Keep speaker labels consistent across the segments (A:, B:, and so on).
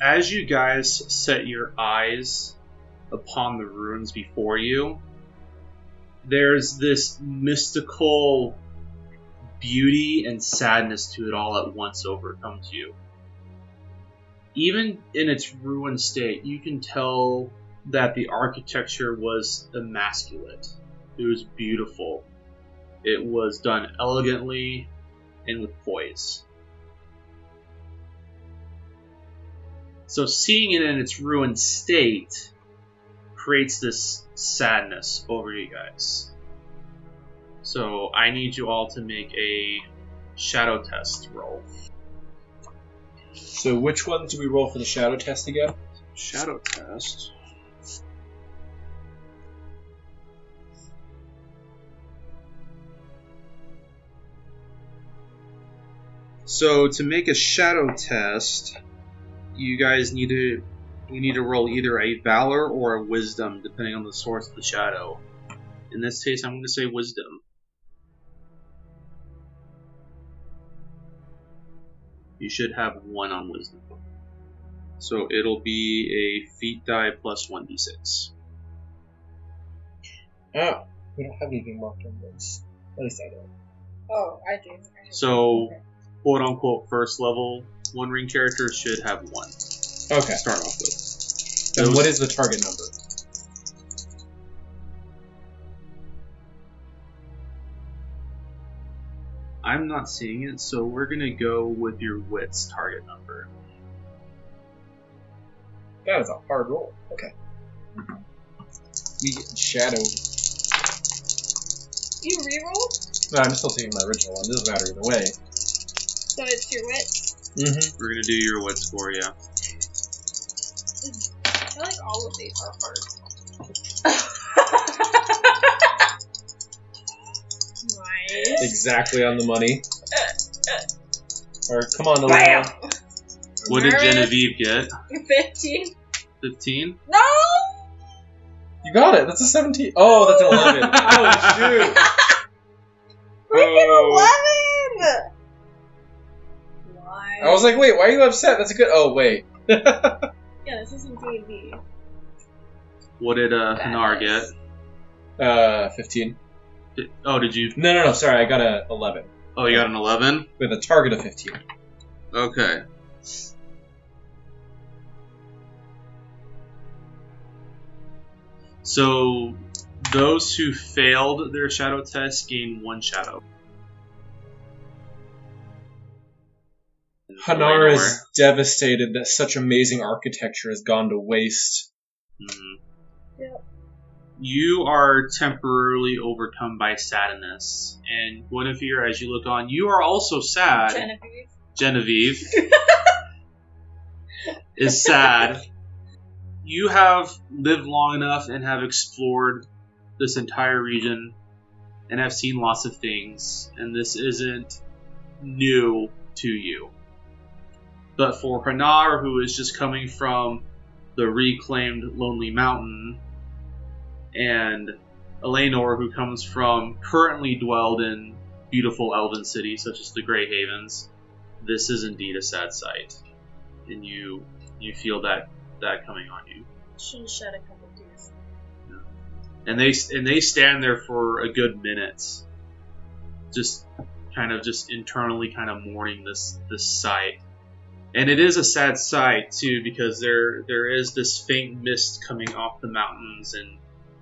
A: as you guys set your eyes upon the ruins before you, there's this mystical beauty and sadness to it all at once overcomes you. Even in its ruined state, you can tell that the architecture was immaculate. It was beautiful. It was done elegantly and with poise. So seeing it in its ruined state creates this sadness over you guys. So I need you all to make a shadow test roll.
B: So which one do we roll for the shadow test again?
A: Shadow test. So to make a shadow test, you guys need to we need to roll either a valor or a wisdom depending on the source of the shadow in this case i'm going to say wisdom you should have one on wisdom so it'll be a feat die plus 1d6
B: Oh, we don't have anything marked on this. At least I don't.
C: Oh, I do. I do.
A: So- quote unquote first level one ring character should have one
B: Okay.
A: to start off with
B: Then
A: Those-
B: what is the target number?
A: i'm not seeing it so we're going to go with your wits target number
B: That is a hard roll. Okay. We get shadow.
C: You reroll,
B: No, I'm still taking my original one. Doesn't matter either way.
C: so it's your wit.
B: Mm-hmm.
A: we're going to do your wits score yeah
C: I feel like all of these are hard. Nice.
B: Exactly on the money. Or come on,
C: Bam!
B: Alina.
A: What did
C: Merit
A: Genevieve get?
C: 15.
A: 15?
C: No!
B: You got it. That's a 17. Oh, that's an 11. oh, shoot.
C: Freaking
B: Oh.
C: 11! Why?
B: I
A: Oh.
B: was like, wait, why are you upset? That's a good. Oh, wait.
C: yeah, this isn't D&D.
A: What did uh, Hanar get?
B: Uh, 15.
A: Did- oh, did you?
B: No, no, no. Sorry, I got a 11
A: Oh, you got an 11?
B: with a target of 15.
A: Okay. So, those who failed their shadow test gain one shadow.
B: Hanar is devastated that such amazing architecture has gone to waste.
A: Mhm.
C: Yep.
A: You are temporarily overcome by sadness, and Guinevere, as you look on, you are also sad.
C: Genevieve.
A: Genevieve is sad. You have lived long enough and have explored this entire region and have seen lots of things, and this isn't new to you. But for Hanar, who is just coming from the reclaimed Lonely Mountain, and Eleanor, who comes from currently dwelled in beautiful elven cities such as the Grey Havens, this is indeed a sad sight, and you you feel that that coming on you.
C: She shed a couple tears.
A: And they and they stand there for a good minute, just kind of just internally kind of mourning this this sight. And it is a sad sight too because there there is this faint mist coming off the mountains and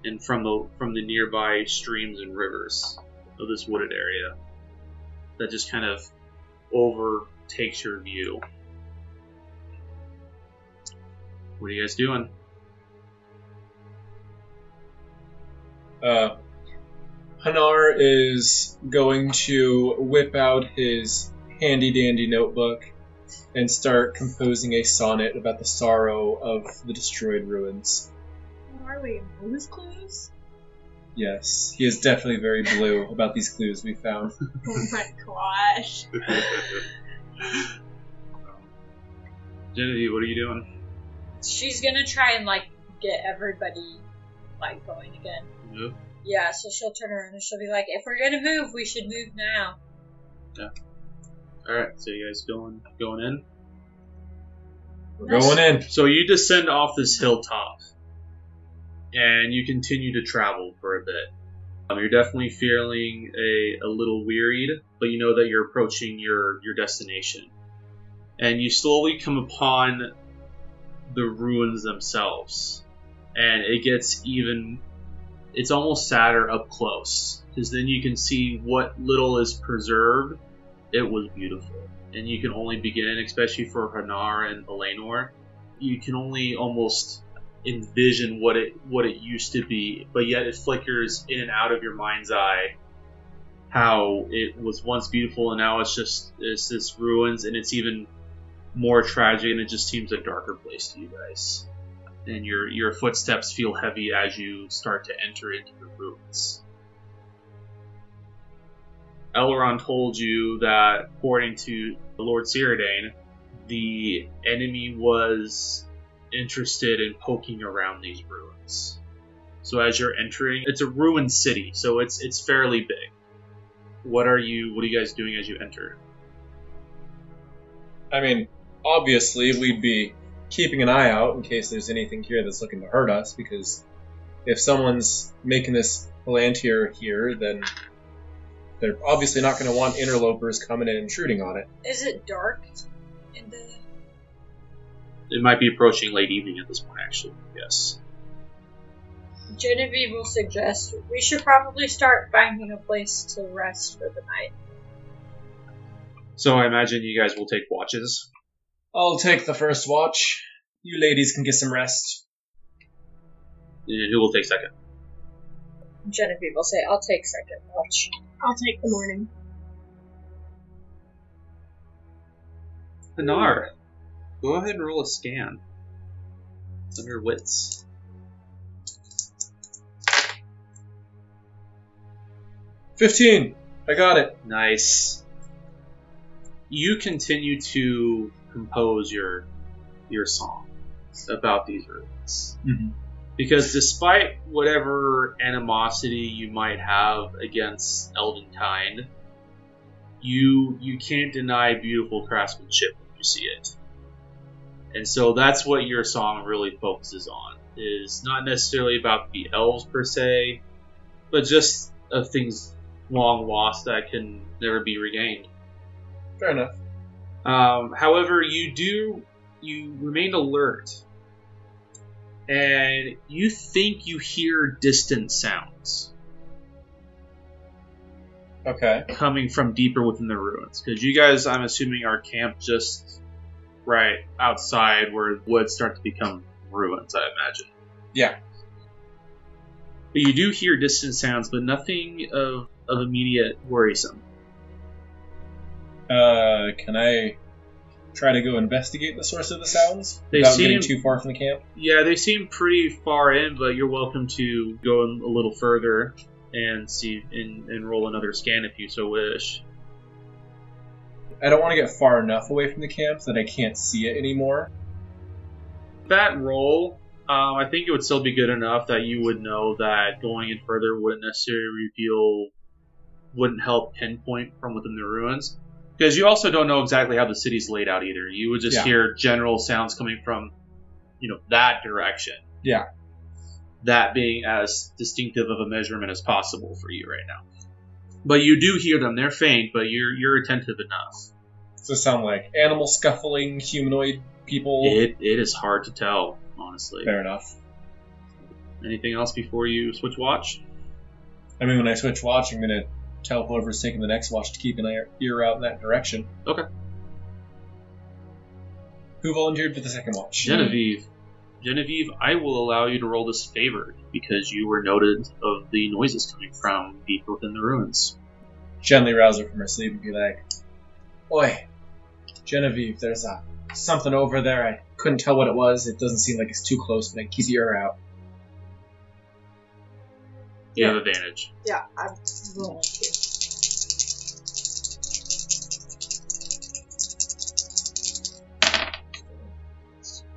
A: and from the from the nearby streams and rivers of this wooded area that just kind of overtakes your view. What are you guys doing?
B: Uh, Hanar is going to whip out his handy dandy notebook and start composing a sonnet about the sorrow of the destroyed ruins.
C: What are we? Blue's Clues?
B: Yes, he is definitely very blue about these clues we found.
C: Oh my gosh.
A: Genevieve, what are you doing?
D: She's gonna try and like get everybody like going again.
A: Move?
D: Yeah, so she'll turn around and she'll be like, "If we're gonna move, we should move now."
A: All right, so you guys going going in?
B: We're going in.
A: So you descend off this hilltop, and you continue to travel for a bit. Um, you're definitely feeling a, a little wearied, but you know that you're approaching your your destination, and you slowly come upon the ruins themselves, and it gets even. It's almost sadder up close, because then you can see what little is preserved. It was beautiful, and you can only begin, especially for Hanar and Elenor, you can only almost envision what it what it used to be, but yet it flickers in and out of your mind's eye how it was once beautiful and now it's just it's this ruins and it's even more tragic and it just seems a darker place to you guys. And your your footsteps feel heavy as you start to enter into the ruins. Elrond told you that according to the Lord Cyrodiil, the enemy was interested in poking around these ruins. So as you're entering, it's a ruined city, so it's it's fairly big. What are you what are you guys doing as you enter?
B: I mean, obviously, we'd be keeping an eye out in case there's anything here that's looking to hurt us, because if someone's making this Palantir here, then they're obviously not going to want interlopers coming and intruding on it.
D: Is it dark uh, in the
A: It might be approaching late evening at this point actually, yes.
D: Genevieve will suggest we should probably start finding a place to rest for the night.
A: So I imagine you guys will take watches.
B: I'll take the first watch. You ladies can get some rest.
A: And who will take second?
D: Genevieve will say, I'll take second watch.
C: I'll take the morning.
A: Hanar. Go ahead and roll a scan. Some your wits.
B: Fifteen. I got it.
A: Nice. You continue to compose your your song about these ruins.
B: Mhm.
A: Because despite whatever animosity you might have against Eldenkind, you you can't deny beautiful craftsmanship when you see it. And so that's what your song really focuses on. Is not necessarily about the elves per se, but just of things long lost that can never be regained.
B: Fair enough.
A: Um, however, you do you remain alert, and you think you hear distant sounds
B: Okay.
A: coming from deeper within the ruins. Because you guys, I'm assuming, are camped just right outside where woods start to become ruins. I imagine.
B: Yeah.
A: But you do hear distant sounds, but nothing of of immediate worrisome.
B: Uh, can I try to go investigate the source of the sounds
A: They
B: without
A: seem-
B: getting too far from the camp?
A: Yeah, they seem pretty far in, but you're welcome to go in a little further and see and, and roll another scan if you so wish.
B: I don't want to get far enough away from the camp that I can't see it anymore.
A: That roll, um, I think it would still be good enough that you would know that going in further wouldn't necessarily reveal, wouldn't help pinpoint from within the ruins. Because you also don't know exactly how the city's laid out either. You would just
B: Yeah.
A: hear general sounds coming from, you know, that direction.
B: Yeah.
A: That being as distinctive of a measurement as possible for you right now. But you do hear them. They're faint, but you're you're attentive enough.
B: Does it sound like animal scuffling, humanoid people?
A: It it is hard to tell, honestly.
B: Fair enough.
A: Anything else before you switch watch?
B: I mean, when I switch watch, I'm gonna tell whoever's taking the next watch to keep an ear- ear out in that direction.
A: Okay.
B: Who volunteered for the second watch?
A: Genevieve. Genevieve, I will allow you to roll this favored because you were noted of the noises coming from deep within the ruins.
B: Gently rouse her from her sleep and be like, "Oi, Genevieve, there's uh, a something over there. I couldn't tell what it was. It doesn't seem like it's too close, but I keep your ear out."
A: You have advantage.
D: Yeah, I'm rolling too.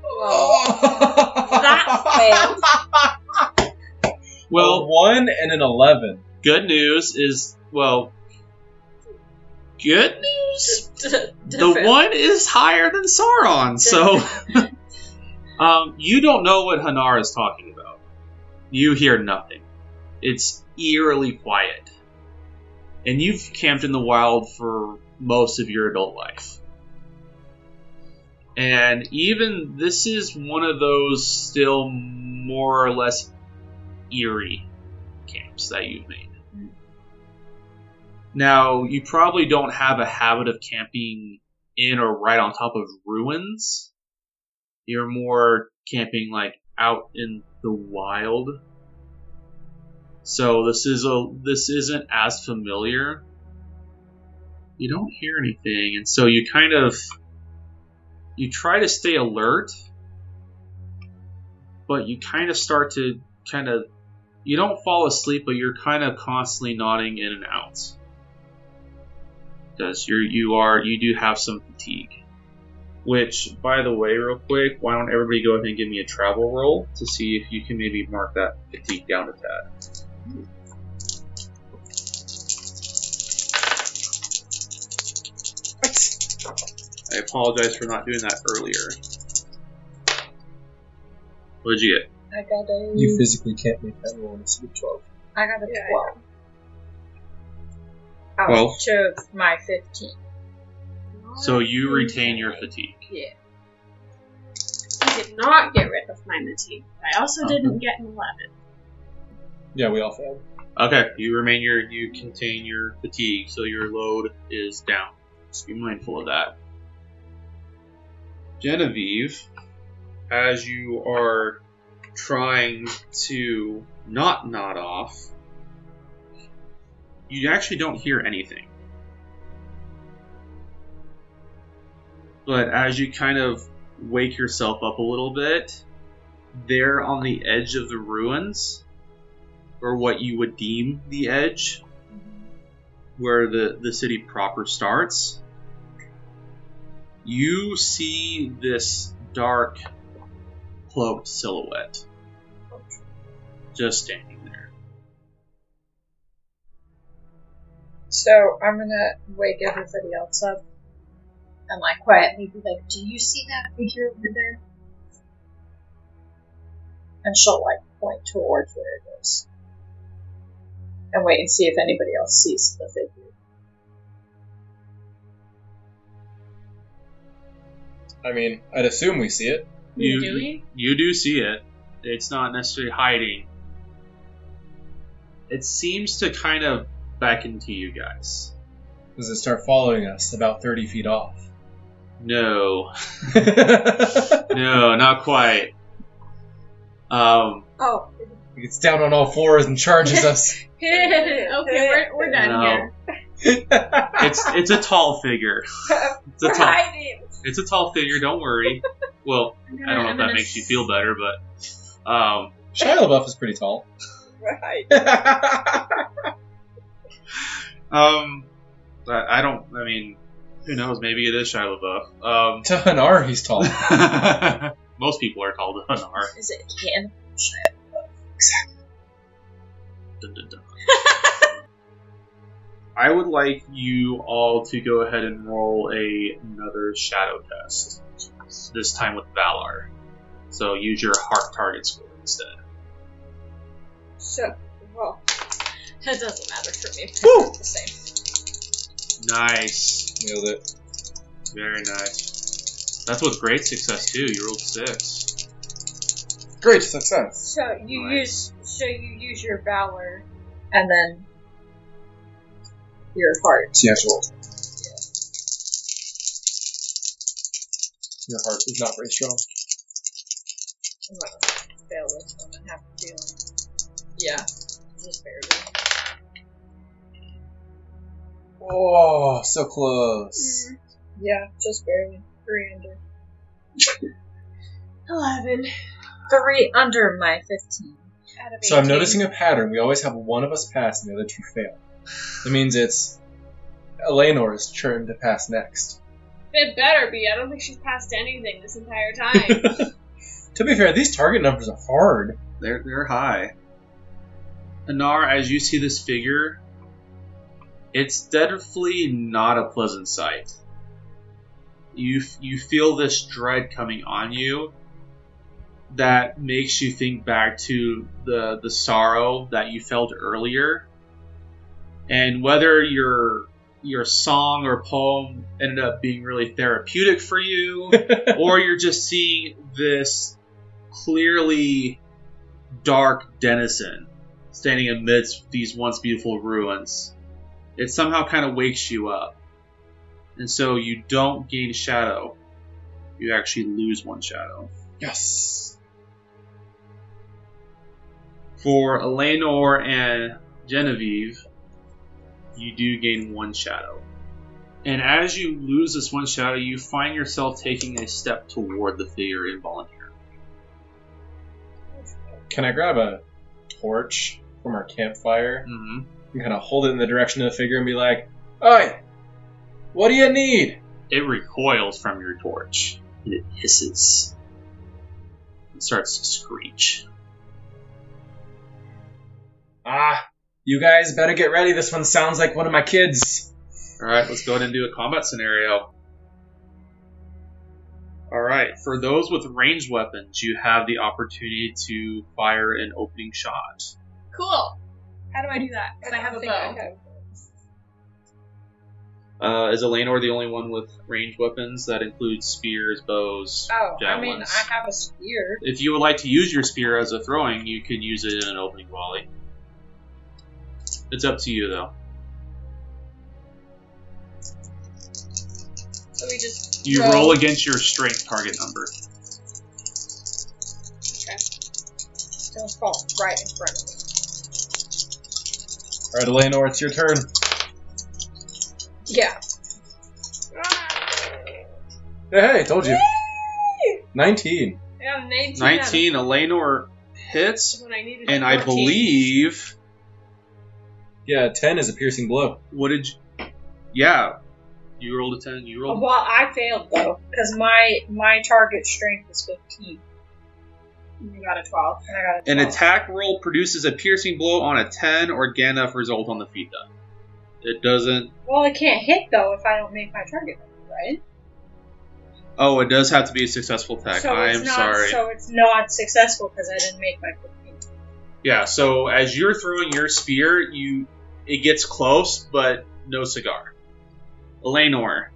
A: Oh.
D: that
A: Well,
B: well, one and an eleven.
A: good news is well, good news. The one is higher than Sauron, so um, you don't know what Hanar is talking about. You hear nothing. It's eerily quiet, and you've camped in the wild for most of your adult life. And even this is one of those still more or less eerie camps that you've made. Now, you probably don't have a habit of camping in or right on top of ruins. You're more camping like out in the wild. So this is a this isn't as familiar. You don't hear anything, and so you kind of you try to stay alert, but you kind of start to kind of you don't fall asleep, but you're kind of constantly nodding in and out because you're you are you do have some fatigue. Which, by the way, real quick, why don't everybody go ahead and give me a travel roll to see if you can maybe mark that fatigue down a tad? I apologize for not doing that earlier. What did you get?
D: I got a.
B: You physically can't make that roll. It's a twelve.
D: I got a
C: Yeah, Oh,
D: twelve. Out
A: Twelve.
D: of my fifteen.
A: So you retain your fatigue.
C: I did not get rid of my fatigue. I also didn't get an 11.
B: Yeah, we all failed.
A: Okay, you remain your you contain your fatigue, so your load is down. Just be mindful of that. Genevieve, as you are trying to not nod off, you actually don't hear anything. But as you kind of wake yourself up a little bit, there on the edge of the ruins, or what you would deem the edge where the, the city proper starts you see this dark cloaked silhouette just standing there
D: So I'm gonna wake everybody else up and like quietly be like, "Do you see that figure over there?" And she'll like point towards where it is, and wait and see if anybody else sees the figure.
B: I mean, I'd assume we see it.
A: you
D: Do we?
A: you do see it it's not necessarily hiding it seems to kind of beckon to you guys
B: Does it start following us about thirty feet off?
A: no no not quite um
D: Oh,
B: It gets down on all fours and charges us.
C: okay, we're, we're done
A: No.
C: here.
A: it's it's a tall figure. It's a
D: we're
A: tall
D: hiding.
A: it's a tall figure. Don't worry. Well,
C: I'm gonna-
A: I don't know
C: I'm
A: if that
C: gonna
A: makes you feel better, but um,
B: Shia LaBeouf is pretty tall.
D: We're hiding.
A: um, I, I don't. I mean, who knows? Maybe it is Shia LaBeouf. Um,
B: to Hanar, he's tall.
A: most people are called Hanar.
D: Is it him?
A: Dun, dun, dun. I would like you all to go ahead and roll a, another shadow test. This time with Valor. So use your heart target score instead.
D: So, well, it doesn't matter for me. It's the same.
A: Nice.
B: Nailed it.
A: Very nice. That's with great success too. You rolled six.
B: Great success.
D: So you
A: Right.
D: use so you use your valor, and then your heart.
B: She has to roll. Your heart is not very strong.
D: I'm gonna fail this one and have to deal. Yeah, just barely.
B: Oh, so close.
C: Mm,
D: Yeah, just barely. Three under.
C: 11.
D: Three under my fifteen. out of
B: So I'm noticing a pattern. We always have one of us pass and the other two fail. That means it's Eleanor's turn to pass next.
C: It better be. I don't think she's passed anything this entire time.
B: To be fair, these target numbers are hard.
E: They're they're high.
A: Anar, as you see this figure, it's definitely not a pleasant sight. You you feel this dread coming on you that makes you think back to the the sorrow that you felt earlier, and whether your your song or poem ended up being really therapeutic for you, or you're just seeing this clearly dark denizen standing amidst these once beautiful ruins. It somehow kind of wakes you up. And so you don't gain shadow. You actually lose one shadow.
B: yes.
A: For Eleanor and Genevieve, you do gain one shadow. And as you lose this one shadow, you find yourself taking a step toward the figure involuntarily.
B: Can I grab a torch from our campfire
A: Mm-hmm.
B: and kind of hold it in the direction of the figure and be like, "Oi, what do you need?"
A: It recoils from your torch and it hisses. It starts to screech.
B: Ah, you guys better get ready. This one sounds like one of my kids.
A: All right, let's go ahead and do a combat scenario. All right, for those with ranged weapons, you have the opportunity to fire an opening shot.
C: cool. How do I do that? Because I have a bow.
A: Uh, is Eleanor the only one with ranged weapons? That includes spears, bows.
D: Oh, I
A: Javelins.
D: mean, I have a spear.
A: If you would like to use your spear as a throwing, you can use it in an opening volley. It's up to you, though.
D: So we just
A: You
D: Roll.
A: roll against your strength target number.
D: don't fall right in front of me.
B: All right, Eleanor, it's your turn.
D: Yeah.
B: Hey, hey, told you. Nineteen.
C: I got a 19. out of-
A: 19, Eleanor hits,
C: That's what I needed.
A: and I
C: 14.
A: believe
B: Yeah, ten is a piercing blow.
A: what did you, yeah you rolled a 10 you rolled
D: Well, I failed though, because my my target strength was 15. And You got a 12, and I got a 12.
A: an attack roll produces a piercing blow on a 10 or gain enough result on the feed die it doesn't
D: Well, I can't hit though if I don't make my target number, right?
A: oh it does have to be a successful attack
D: so
A: i
D: it's
A: am
D: not,
A: sorry
D: So it's not successful because I didn't make my 15.
A: yeah so as you're throwing your spear you it gets close but no cigar eleanor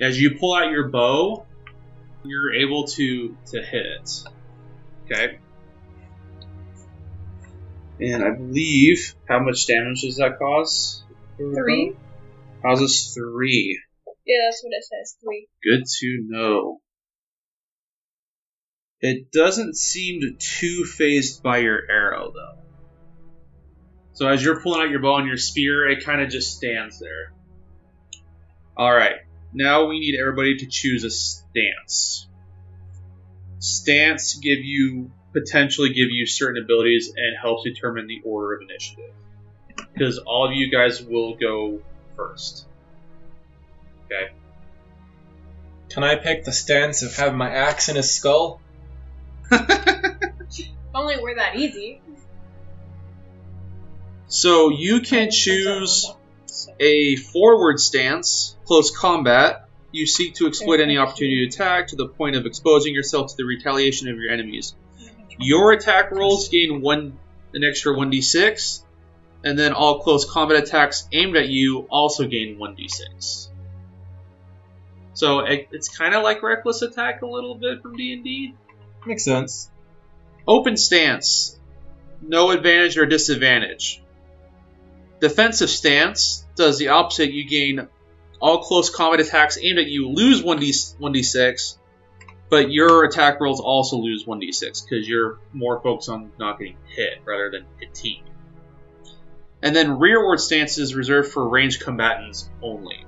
A: as you pull out your bow you're able to to hit okay and i believe how much damage does that cause
D: Three?
A: Mm-hmm. Causes three.
D: Yeah, that's what it says. Three.
A: Good to know. It doesn't seem too phased by your arrow, though. So as you're pulling out your bow and your spear, it kind of just stands there. Alright, now we need everybody to choose a stance. Stance give you potentially give you certain abilities and helps determine the order of initiative. Because all of you guys will go first.
B: Can I pick the stance of having my axe in his skull?
C: If only it were that easy.
A: So you can choose a forward stance, close combat. You seek to exploit any opportunity to attack to the point of exposing yourself to the retaliation of your enemies. Your attack rolls gain one an extra 1d6, and then all close combat attacks aimed at you also gain 1d6. So it, it's kind of like reckless attack a little bit from D&D.
B: Makes sense.
A: Open stance. No advantage or disadvantage. Defensive stance does the opposite. You gain all close combat attacks aimed at you lose 1d, 1d6, but your attack rolls also lose 1d6 because you're more focused on not getting hit rather than hitting. And then rearward stance is reserved for ranged combatants only.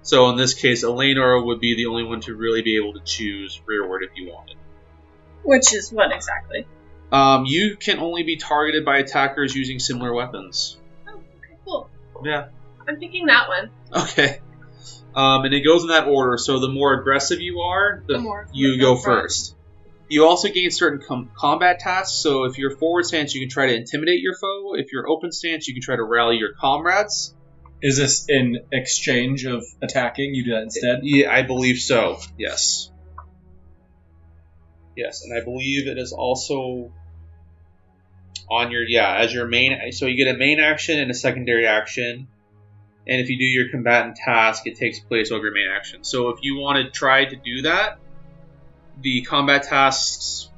A: So in this case, Eleanor would be the only one to really be able to choose rearward if you wanted.
C: Which is what exactly?
A: Um, you can only be targeted by attackers using similar weapons.
C: Oh, okay, cool.
A: Yeah.
C: I'm picking that one.
A: Okay. Um, and it goes in that order. So the more aggressive you are, the,
C: The more
A: you
C: you
A: go
C: go front.
A: first. You also gain certain com- combat tasks. So if you're forward stance, you can try to intimidate your foe. If you're open stance, you can try to rally your comrades.
B: Is this in exchange of attacking? You do that instead?
A: Yeah, I believe so. Yes. Yes, and I believe it is also on your yeah as your main. So you get a main action and a secondary action, and if you do your combatant task, it takes place over your main action. So if you want to try to do that, the combat tasks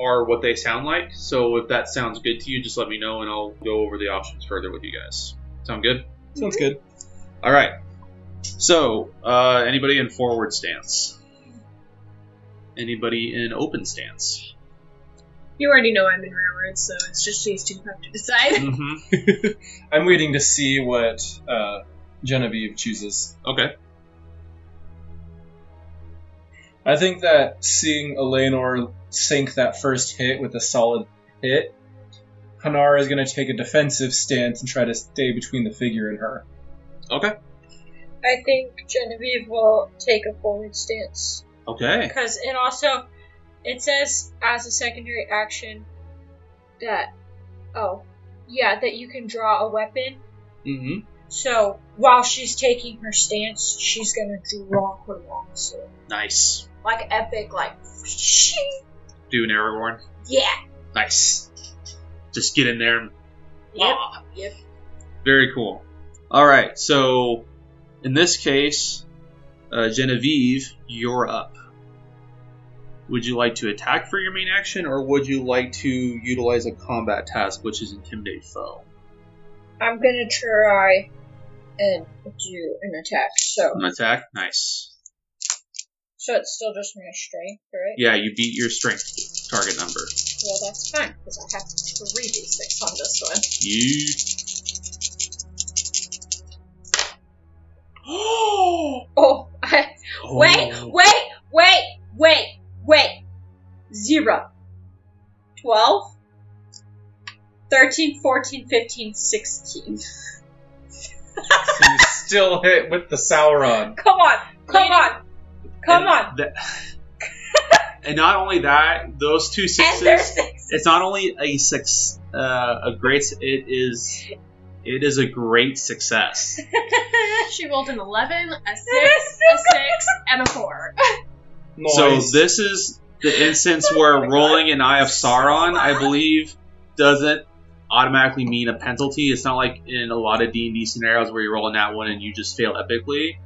A: are what they sound like. So if that sounds good to you, just let me know and I'll go over the options further with you guys. Sound good?
B: Sounds good.
A: All right. So, uh, anybody in forward stance? Anybody in open stance?
C: You already know I'm in railroads, so it's just these two who have to decide.
A: Mm-hmm.
B: I'm waiting to see what uh, Genevieve chooses.
A: Okay.
B: I think that seeing Eleanor sink that first hit with a solid hit, Hanar is going to take a defensive stance and try to stay between the figure and her.
A: Okay.
D: I think Genevieve will take a forward stance
A: Okay.
D: because it also it says as a secondary action that oh yeah that you can draw a weapon.
A: Mm-hmm.
D: So while she's taking her stance, she's gonna draw her longsword
A: Nice.
D: like epic like shing.
A: Do an Aragorn.
D: yeah
A: Nice. Just get in there. And...
D: Yep.
A: Ah.
D: Yep.
A: Very cool. All right. So, in this case, uh, Genevieve, you're up. Would you like to attack for your main action, or would you like to utilize a combat task, which is intimidate foe?
D: I'm gonna try and do an attack. So
A: An attack? Nice.
D: so it's still just my strength, right?
A: Yeah, you beat your strength target number.
D: Well, that's fine because I have three d six on this one.
A: You.
D: Oh, I, wait, wait, wait, wait, wait. Zero. Twelve. Thirteen, fourteen, fifteen, sixteen.
B: So you still hit with the Sauron.
D: Come on, come
C: Lady-
D: on, come
A: and
D: on.
A: tha- and not only that, those two
D: And there's
A: sixes.
D: six.
A: It's not only a six, uh, a great. It is. It is a great success.
C: she rolled an 11, a 6, a 6, and a 4.
A: So
B: Nice.
A: this is the instance where rolling an Eye of Sauron, I believe, doesn't automatically mean a penalty. It's not like in a lot of D and D scenarios where you roll a nat one and you just fail epically.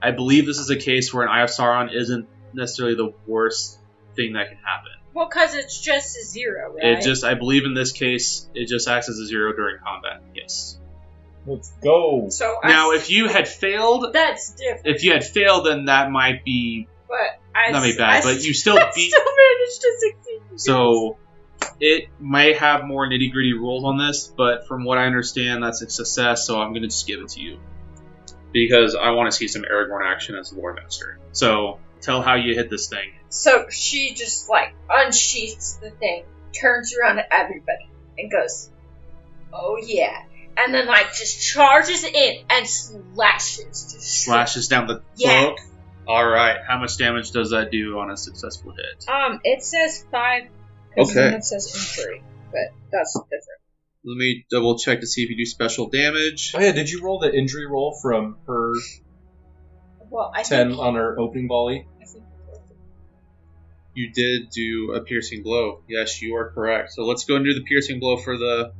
A: I believe this is a case where an Eye of Sauron isn't necessarily the worst thing that can happen.
D: Well, because it's just a zero, right?
A: It just, I believe, in this case, it just acts as a zero during combat. Yes.
B: Let's go.
D: so I,
A: Now, if you had failed,
D: that's different.
A: if you had failed, then that might be
D: But I
A: not be
D: s-
A: bad,
D: I
A: but you still
D: I
A: beat
D: still managed to succeed.
A: So it may have more nitty gritty rules on this, but from what I understand, that's a success. So I'm gonna just give it to you because I want to see some Aragorn action as the Lord Master. So tell how you hit this thing.
D: So she just like unsheaths the thing, turns around at everybody, and goes, "Oh yeah!" And then like just charges in and slashes. Just
A: Slashes down the
D: Yeah.
A: cloak. All right. How much damage does that do on a successful hit?
D: Um, it says five. 'cause
A: Okay.
D: It says injury, but that's different.
A: Let me double check to see if you do special damage.
B: Oh yeah, did you roll the injury roll from her
D: Well, I
B: ten
D: think.
B: on her opening volley?
D: I think
A: You did do a piercing blow. Yes, you are correct. So let's go and do the piercing blow for the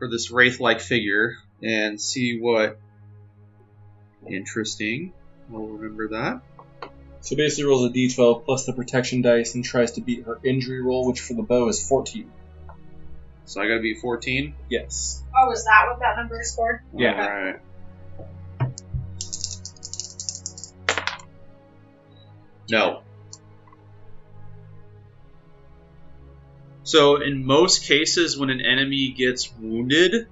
A: for this wraith-like figure and see what interesting. We'll remember that.
B: So basically rolls a d12 plus the protection dice and tries to beat her injury roll, which for the bow is 14.
A: So I got to be 14.
B: Yes.
D: oh, is that what that number is for?
B: Yeah.
A: All right. No. So in most cases, when an enemy gets wounded,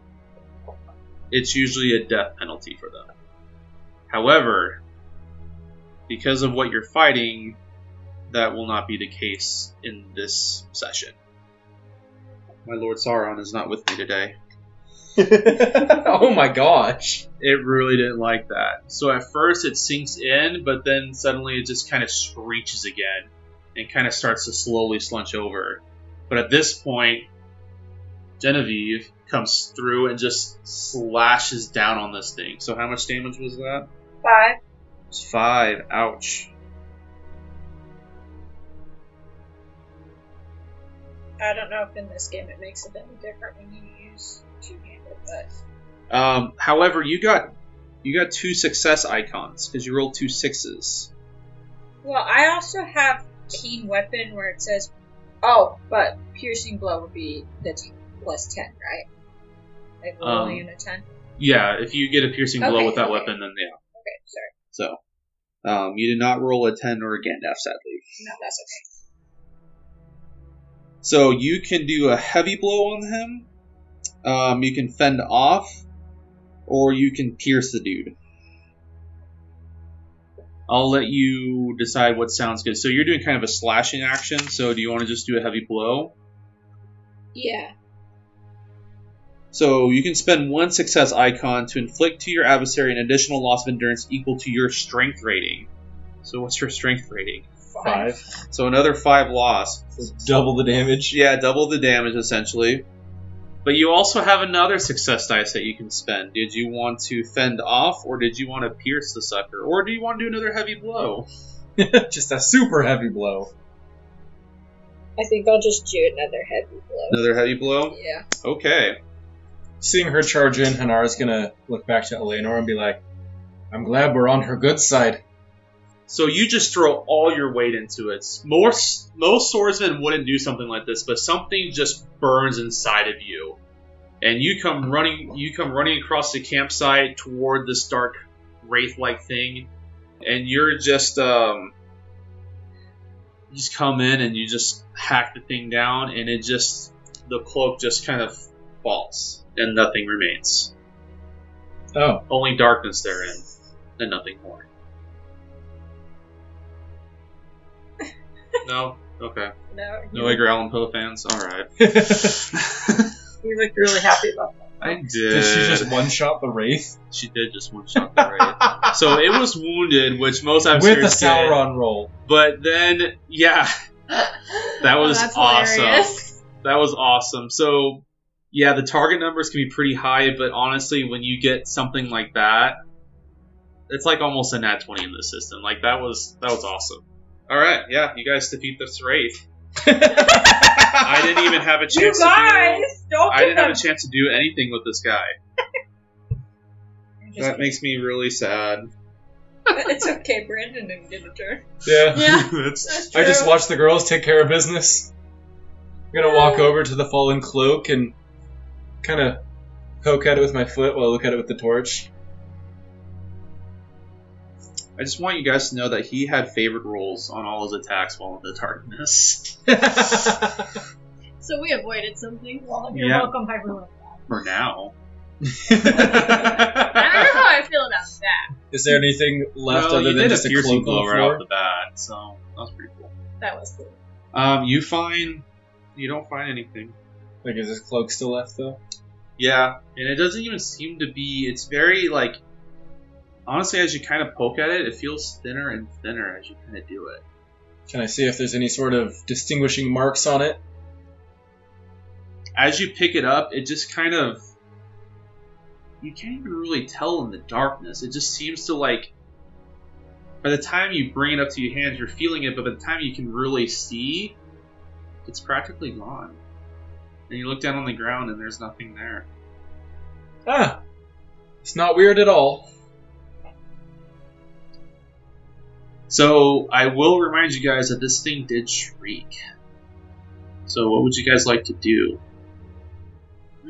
A: it's usually a death penalty for them. However, because of what you're fighting, that will not be the case in this session. My Lord Sauron is not with me today.
B: oh my gosh.
A: It really didn't like that. So at first it sinks in, but then suddenly it just kind of screeches again and kind of starts to slowly slunch over. But at this point, Genevieve comes through and just slashes down on this thing. So how much damage was that?
D: Five.
A: It's five. Ouch.
D: I don't know if in this game it makes it any different when you use two handed, but
A: Um, however, you got you got two success icons because you rolled two sixes.
D: well, I also have keen weapon where it says, oh, but piercing blow would be the t- plus ten, right? Like rolling
A: Um,
D: in a ten.
A: Yeah, if you get a piercing blow
D: Okay,
A: with that
D: okay.
A: weapon, then yeah.
D: Okay, sorry.
A: So, um, you did not roll a 10 or a Gandalf, sadly.
D: No, that's okay.
A: So, you can do a heavy blow on him, um, you can fend off, or you can pierce the dude. I'll let you decide what sounds good. So, you're doing kind of a slashing action, so do you want to just do a heavy blow?
D: Yeah.
A: So, you can spend one success icon to inflict to your adversary an additional loss of endurance equal to your strength rating. So, what's your strength rating?
B: Five.
A: So, another five loss.
B: Double the damage.
A: Yeah, double the damage essentially. But you also have another success dice that you can spend. Did you want to fend off, or did you want to pierce the sucker, or do you want to do another heavy blow?
B: Just a super heavy blow.
D: I think I'll just do another heavy blow.
A: Another heavy blow.
D: Yeah.
A: Okay.
B: Seeing her charge in, Hanara's gonna look back to Eleanor and be like, I'm glad we're on her good side.
A: So you just throw all your weight into it. Most most swordsmen wouldn't do something like this, but something just burns inside of you, and you come running. You come running across the campsite toward this dark wraith-like thing, and you're just um, you just come in and you just hack the thing down, and it just the cloak just kind of falls, and nothing remains.
B: Oh.
A: Only darkness therein, and nothing more. No. Okay.
D: No,
A: No Edgar Allan Poe fans. All right.
B: Did
D: you look really happy about that.
A: I did.
B: she just one shot the Wraith?
A: She did just one shot the raid. so it was wounded, which most I've
B: With a
A: seen.
B: Sauron roll.
A: But then, yeah, that was
C: Oh, that's
A: awesome.
C: hilarious.
A: That was awesome. So, yeah, the target numbers can be pretty high, but honestly, when you get something like that, it's like almost a nat twenty in the system. Like that was that was awesome. All right, yeah, you guys defeat this wraith. I didn't even have a
D: You
A: chance. to do,
D: guys! Don't
A: I
D: give
A: didn't have
D: them.
A: a chance to do anything with this guy.
D: I'm just
A: That makes me really sad.
D: kidding. it's okay, Brandon didn't get a turn.
B: Yeah.
C: Yeah,
A: That's-
C: that's true.
B: I just watched the girls take care of business. I'm gonna walk over to the fallen cloak and kind of poke at it with my foot while I look at it with the torch.
A: I just want you guys to know that he had favored rolls on all his attacks while in the darkness.
C: So we avoided something.
D: Well,
A: you're Yeah.
D: welcome, everyone.
A: For now.
C: I don't know how I feel about that.
B: Is there anything left
A: Well,
B: other
A: you
B: than
A: did
B: just a
A: piercing
B: cloak
A: blow
B: on the
A: right off
B: floor?
A: the bat, so that was pretty cool.
C: That was cool.
A: Um, you find you don't find anything.
B: Like, is this cloak still left though?
A: Yeah, and it doesn't even seem to be. It's very like honestly, as you kind of poke at it, it feels thinner and thinner as you kind of do it.
B: Can I see if there's any sort of distinguishing marks on it?
A: As you pick it up, it just kind of you can't even really tell in the darkness. It just seems to like by the time you bring it up to your hands, you're feeling it, but by the time you can really see, it's practically gone. And you look down on the ground and there's nothing there.
B: Ah, it's not weird at all.
A: So I will remind you guys that this thing did shriek. So what would you guys like to do?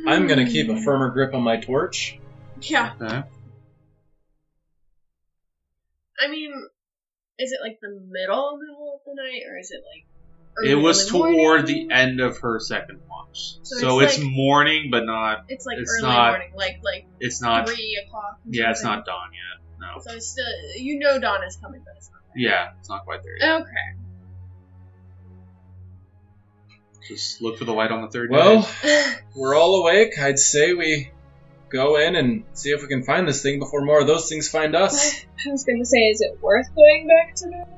B: I'm gonna keep
A: Hmm.
B: a firmer grip on my torch.
C: Yeah.
A: Okay.
C: I mean, is it like the middle, middle of the night, or is it like? early
A: It was
C: in morning?
A: toward the end of her second watch, so,
C: So
A: it's,
C: it's like-
A: morning, but not.
C: It's like
A: It's
C: early
A: not-
C: morning, like like
A: It's not.
C: three o'clock. or
A: Yeah, it's
C: something.
A: not dawn yet. No.
C: So it's still, you know, dawn is coming, but it's not.
A: Yeah, it's not quite there yet.
C: Okay.
A: Just look for the light on the third
B: Well,
A: night.
B: we're all awake. I'd say we go in and see if we can find this thing before more of those things find us.
E: I was gonna say, is it worth going back to that?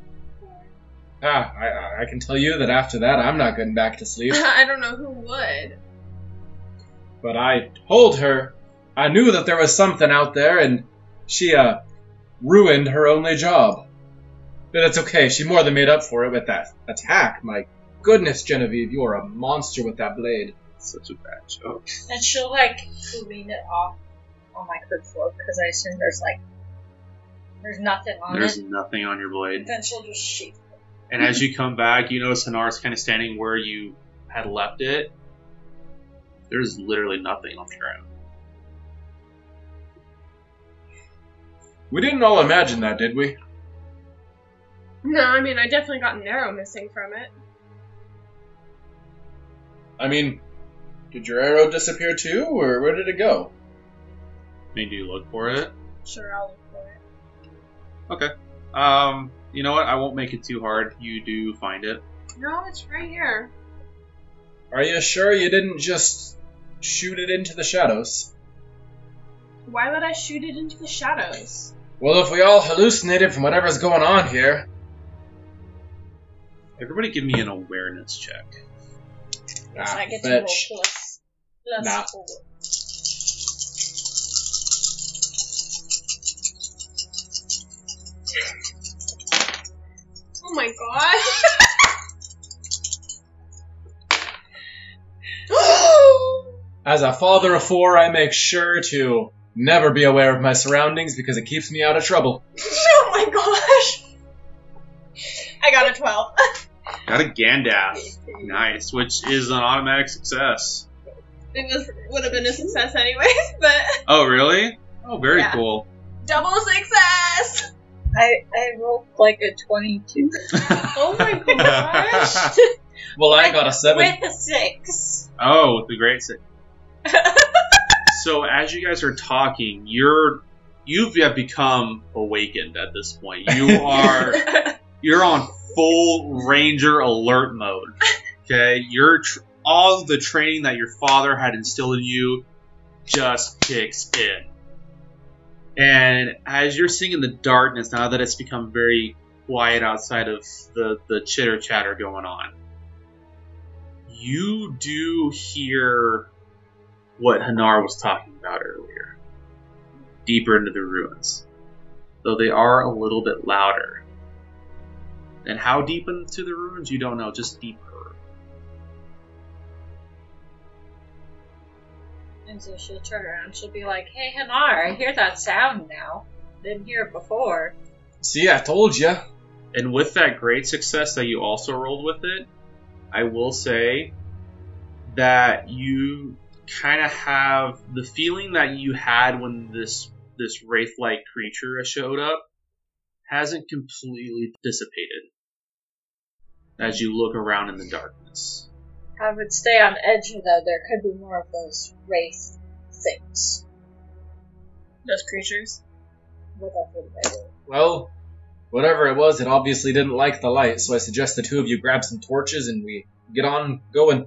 B: ah, I- I, I can tell you that after that, I'm not getting back to sleep.
C: I don't know who would.
B: But I told her I knew that there was something out there, and she uh ruined her only job. But it's okay. She more than made up for it with that attack. My goodness, Genevieve, you are a monster with that blade.
A: Such a bad joke.
D: And she'll like clean it off on like her cloak because I assume there's like there's nothing on
A: There's
D: it.
A: nothing on your blade.
D: Then she'll just shake.
A: And as you come back, you notice Hanar's kind of standing where you had left it. There's literally nothing on the ground.
B: We didn't all imagine that, did we?
C: No, I mean, I definitely got an arrow missing from it.
B: I mean, did your arrow disappear too, or where did it go?
A: Maybe you look for it.
C: Sure, I'll look for it.
A: Um, you know what? I won't make it too hard. You do find it.
C: No, it's right here.
B: Are you sure you didn't just shoot it into the shadows?
C: Why would I shoot it into the shadows?
B: Well, if we all hallucinated from whatever's going on here,
A: Everybody, give me an awareness check.
D: Yes,
B: ah,
D: I get to roll
B: fetch.
D: plus plus
B: Nah.
D: four.
C: Oh my god. Oh
B: As a father of four, I make sure to never be aware of my surroundings because it keeps me out of trouble.
C: oh my gosh. I got a 12.
A: Got a Gandalf. Nice, which is an automatic success.
C: It was would have been a success anyways, but
A: Oh, really? Oh, very
C: Yeah.
A: cool.
C: double success.
E: I, I rolled like a 22.
A: oh
C: my gosh.
B: Well, I got a seven.
D: With a six.
A: Oh, with the great six. so as you guys are talking, you're you have become awakened at this point. You are you're on full ranger alert mode. Okay, you're tr- all the training that your father had instilled in you just kicks in. And as you're seeing in the darkness, now that it's become very quiet outside of the, the chitter chatter going on, you do hear what Hanar was talking about earlier, deeper into the ruins, though they are a little bit louder. And how deep into the ruins, you don't know, just deeper.
D: And so she'll turn around. She'll be like, "Hey, Hanar, I hear that sound now. Didn't hear it before."
B: See, I told you.
A: And with that great success that you also rolled with it, I will say that you kind of have the feeling that you had when this this wraith-like creature showed up hasn't completely dissipated as you look around in the darkness.
D: I would stay on edge though. There could be more of those wraith things.
C: Those creatures.
D: Whatever they were.
B: Well, whatever it was, it obviously didn't like the light, so I suggest the two of you grab some torches and we get on going.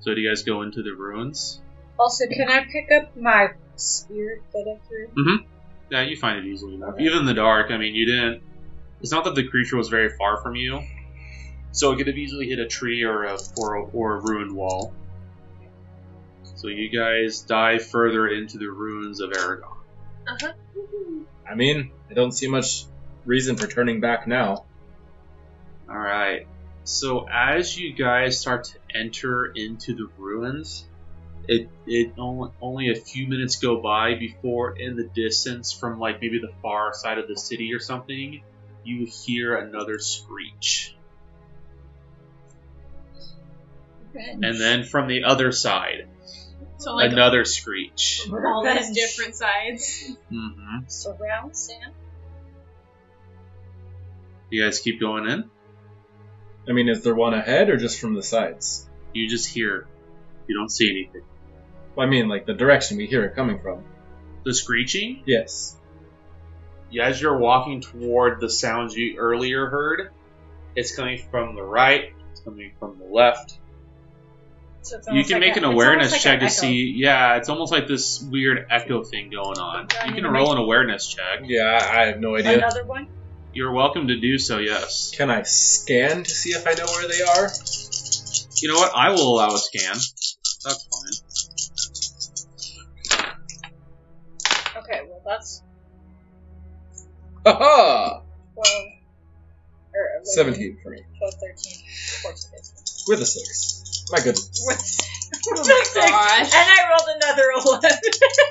A: So do you guys go into the ruins?
D: Also, can I pick up my spear that I threw?
A: Yeah, you find it easily enough. Even in the dark, I mean, you didn't. It's not that the creature was very far from you, so it could have easily hit a tree or a or a, or a ruined wall. So you guys dive further into the ruins of Aragon.
C: Uh-huh.
B: I mean, I don't see much reason for turning back now.
A: All right. So as you guys start to enter into the ruins, it it only, only a few minutes go by before in the distance from like maybe the far side of the city or something, you hear another screech. And then from the other side,
C: So like
A: another screech.
C: all these different sides.
A: hmm
D: surround Sam.
A: You guys keep going in.
B: I mean, is there one ahead or just from the sides?
A: You just hear. You don't see anything.
B: Well, I mean, like the direction we hear it coming from.
A: The screeching.
B: Yes.
A: As you're walking toward the sounds you earlier heard, it's coming from the right, coming from the left.
D: So it's
A: you
D: almost
A: can
D: like
A: make
D: a-
A: an
D: it's
A: awareness
D: almost like
A: check
D: an
A: to see. Yeah, it's almost like this weird echo thing going on.
D: Do I
A: You
D: need
A: can
D: to
A: roll
D: make-
A: an awareness check.
B: Yeah, I I have no
D: echo.
B: idea.
D: Another one.
A: You're welcome to do so. Yes.
B: Can I scan to see if I know where they are?
A: You know what? I will allow a scan. That's fine.
D: Okay, well that's
B: Haha!
D: twelve. Or 11,
B: 17 for me.
D: 12, 13, 14, 15.
B: With a 6. My goodness.
C: Oh my gosh.
D: And I rolled another eleven.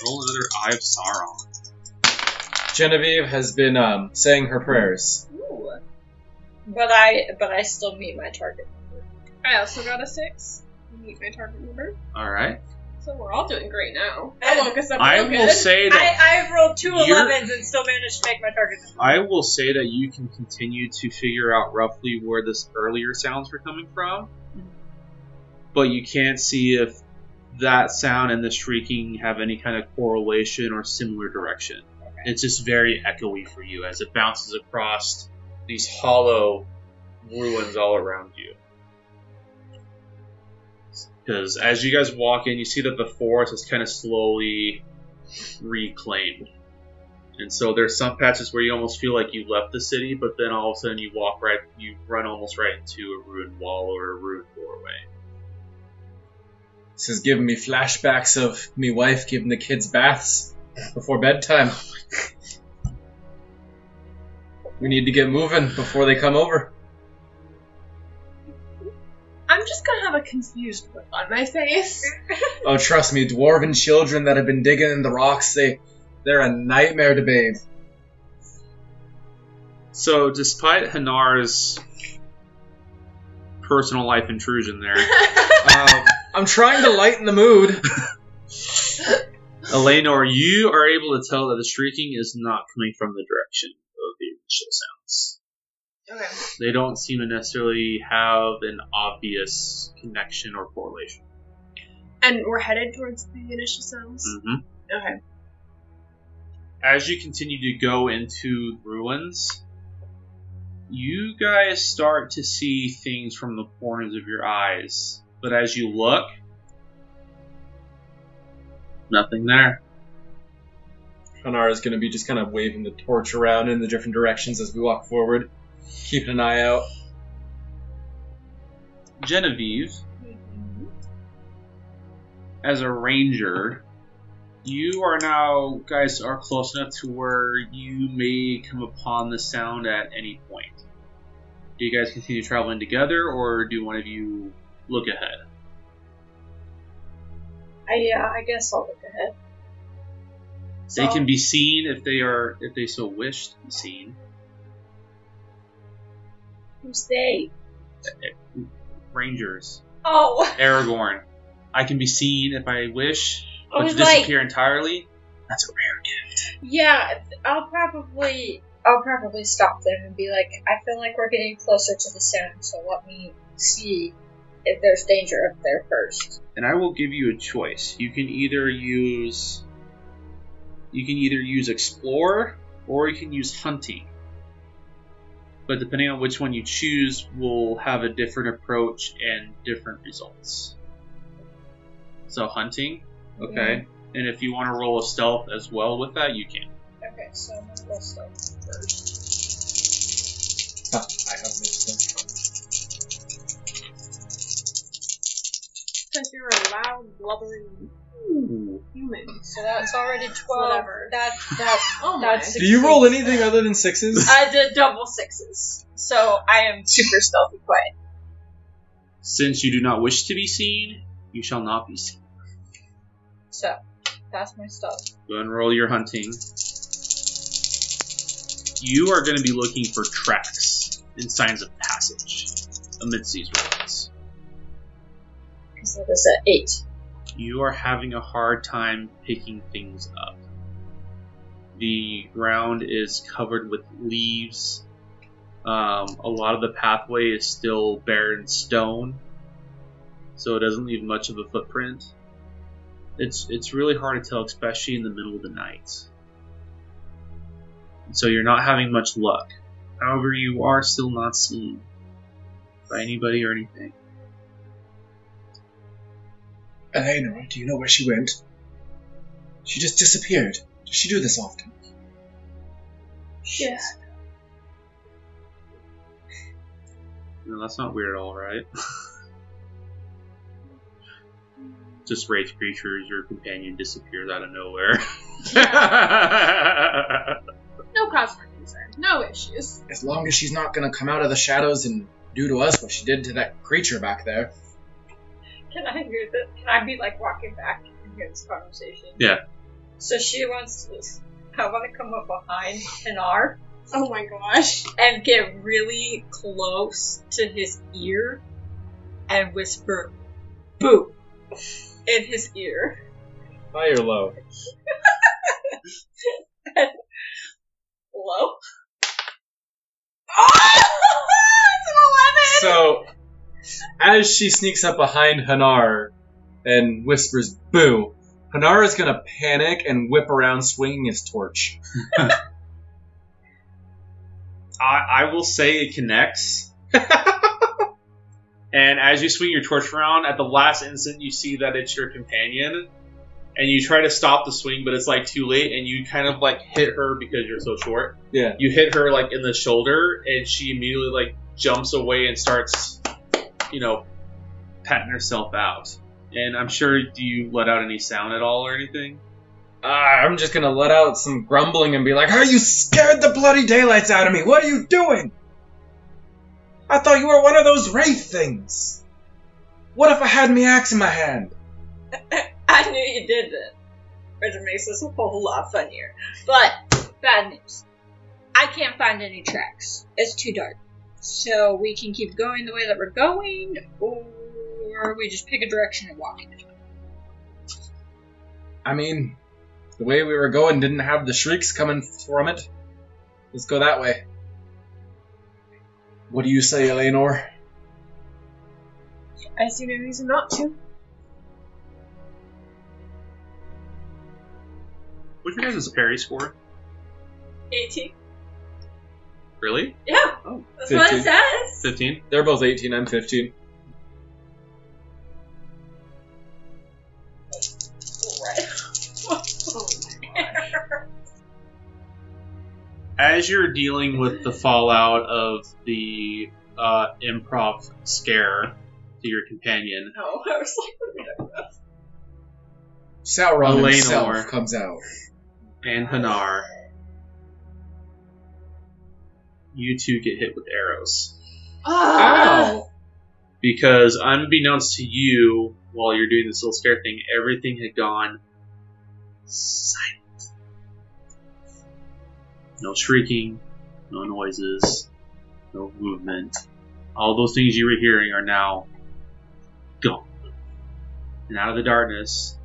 A: Roll another Eye of Sauron.
B: Genevieve has been um, saying her prayers.
D: Ooh. But I but I still meet my target.
C: I also got a six. Meet my target number.
A: All right.
C: So we're all doing great now. I woke us up
A: I
C: real
A: will
C: good.
A: say that
D: I, I rolled two
A: You're-
D: 11s and still managed to make my target.
A: I will say that you can continue to figure out roughly where this earlier sounds were coming from, but you can't see if that sound and the shrieking have any kind of correlation or similar direction. It's just very echoey for you as it bounces across these hollow ruins all around you. Because as you guys walk in, you see that the forest is kind of slowly reclaimed. And so there's some patches where you almost feel like you left the city, but then all of a sudden you walk right, you run almost right into a ruined wall or a ruined doorway.
B: This is giving me flashbacks of me wife giving the kids baths before bedtime. We need to get moving before they come over.
C: I'm just gonna have a confused look on my face.
B: Oh, trust me, dwarven children that have been digging in the rocks, they, they're a nightmare to bathe.
A: So despite Hanar's personal life intrusion there, um,
B: I'm trying to lighten the mood.
A: Eleanor, you are able to tell that the shrieking is not coming from the direction of the initial sounds.
D: Okay.
A: They don't seem to necessarily have an obvious connection or correlation.
C: and we're headed towards the initial sounds.
A: hmm
C: Okay.
A: as you continue to go into ruins, you guys start to see things from the corners of your eyes. But as you look, nothing there.
B: Hanar is going to be just kind of waving the torch around in the different directions as we walk forward, keeping an eye out.
A: Genevieve, Mm. as a ranger, you are now, guys, are close enough to where you may come upon the sound at any point. Do you guys continue traveling together, or do one of you look ahead?
E: I,
D: uh,
E: yeah, I guess I'll look ahead.
A: They can be seen if they are if they so wish to be seen.
E: Who's they?
A: Rangers.
D: Oh.
A: Aragorn. I can be seen if I wish, but
D: I
A: to
D: was like-
A: disappear entirely. That's a rare
D: Yeah, I'll probably I'll probably stop them and be like, I feel like we're getting closer to the sound, so let me see if there's danger up there first.
A: and I will give you a choice. You can either use you can either use explore or you can use hunting. But depending on which one you choose will have a different approach and different results. So hunting, okay. And if you want to roll a stealth as well with that, you can.
D: Okay, so I'm gonna go slow first.
B: Huh, I have no sense.
C: Because you're a loud, blubbering human.
D: So that's already twelve.
C: Whatever.
D: That that
C: Oh
D: that's.
B: Do you roll anything other than sixes?
E: Uh,
D: I did double sixes, so I am super stealthy quiet.
A: Since you do not wish to be seen, you shall not be seen.
D: So that's my stealth.
A: Go and roll your hunting. You are going to be looking for tracks and signs of passage amidst these ruins.
D: Because that is at eight.
A: You are having a hard time picking things up. The ground is covered with leaves. Um, a lot of the pathway is still barren stone, so it doesn't leave much of a footprint. It's it's really hard to tell, especially in the middle of the night. So you're not having much luck. However, you are still not seen. by anybody or anything.
B: Eleanor, Uh, do you know where she went? She just disappeared. Does she do this often?
E: Yeah.
A: No, that's not weird at all, right? Just rage creatures, your companion disappears out of nowhere.
F: No cause for concern. No issues.
B: As long as she's not gonna come out of the shadows and do to us what she did to that creature back there.
E: Can I hear that? Can I be like walking back and hear this conversation?
A: Yeah.
E: So she wants to. I want to come up behind Pinar
F: Oh my gosh.
E: and get really close to his ear and whisper, "Boo," in his ear.
B: High or low?
E: Hello.
D: Ah,
E: Oh,
B: So, as she sneaks up behind Hanar and whispers "boo," Hanar is gonna panic and whip around, swinging his torch.
A: I, I will say it connects. and as you swing your torch around, at the last instant, you see that it's your companion. And you try to stop the swing, but it's like too late, and you kind of like hit her because you're so short.
B: Yeah.
A: You hit her like in the shoulder, and she immediately like jumps away and starts, you know, patting herself out. And I'm sure, do you let out any sound at all or anything?
B: Ah, I'm just gonna let out some grumbling and be like, "Are you scared the bloody daylights out of me? What are you doing? I thought you were one of those wraith things. What if I had my axe in my hand?"
E: I knew you did it, which makes this a whole lot funnier. But
D: Bad news. I can't find any tracks. It's too dark. So we can keep going the way that we're going, or we just pick a direction and walk.
B: I mean, the way we were going didn't have the shrieks coming from it. Let's go that way. What do you say, Eleanor?
E: I see no reason not to.
A: What's your guys' parry score?
E: 18.
A: Really?
E: Yeah.
A: Oh.
E: That's what it
B: 15.
E: says.
A: 15?
B: They're both 18, I'm 15.
D: Oh,
A: as you're dealing with the fallout of the uh, improv scare to your companion,
E: No, I was like,
B: Sauron
A: Eleanor.
B: himself comes out.
A: and Hanar, you two get hit with arrows. Ah.
E: Ah.
B: Ow!
A: Because unbeknownst to you, while you're doing this little scare thing, everything had gone silent. No shrieking, no noises, no movement. All those things you were hearing are now gone. And out of the darkness,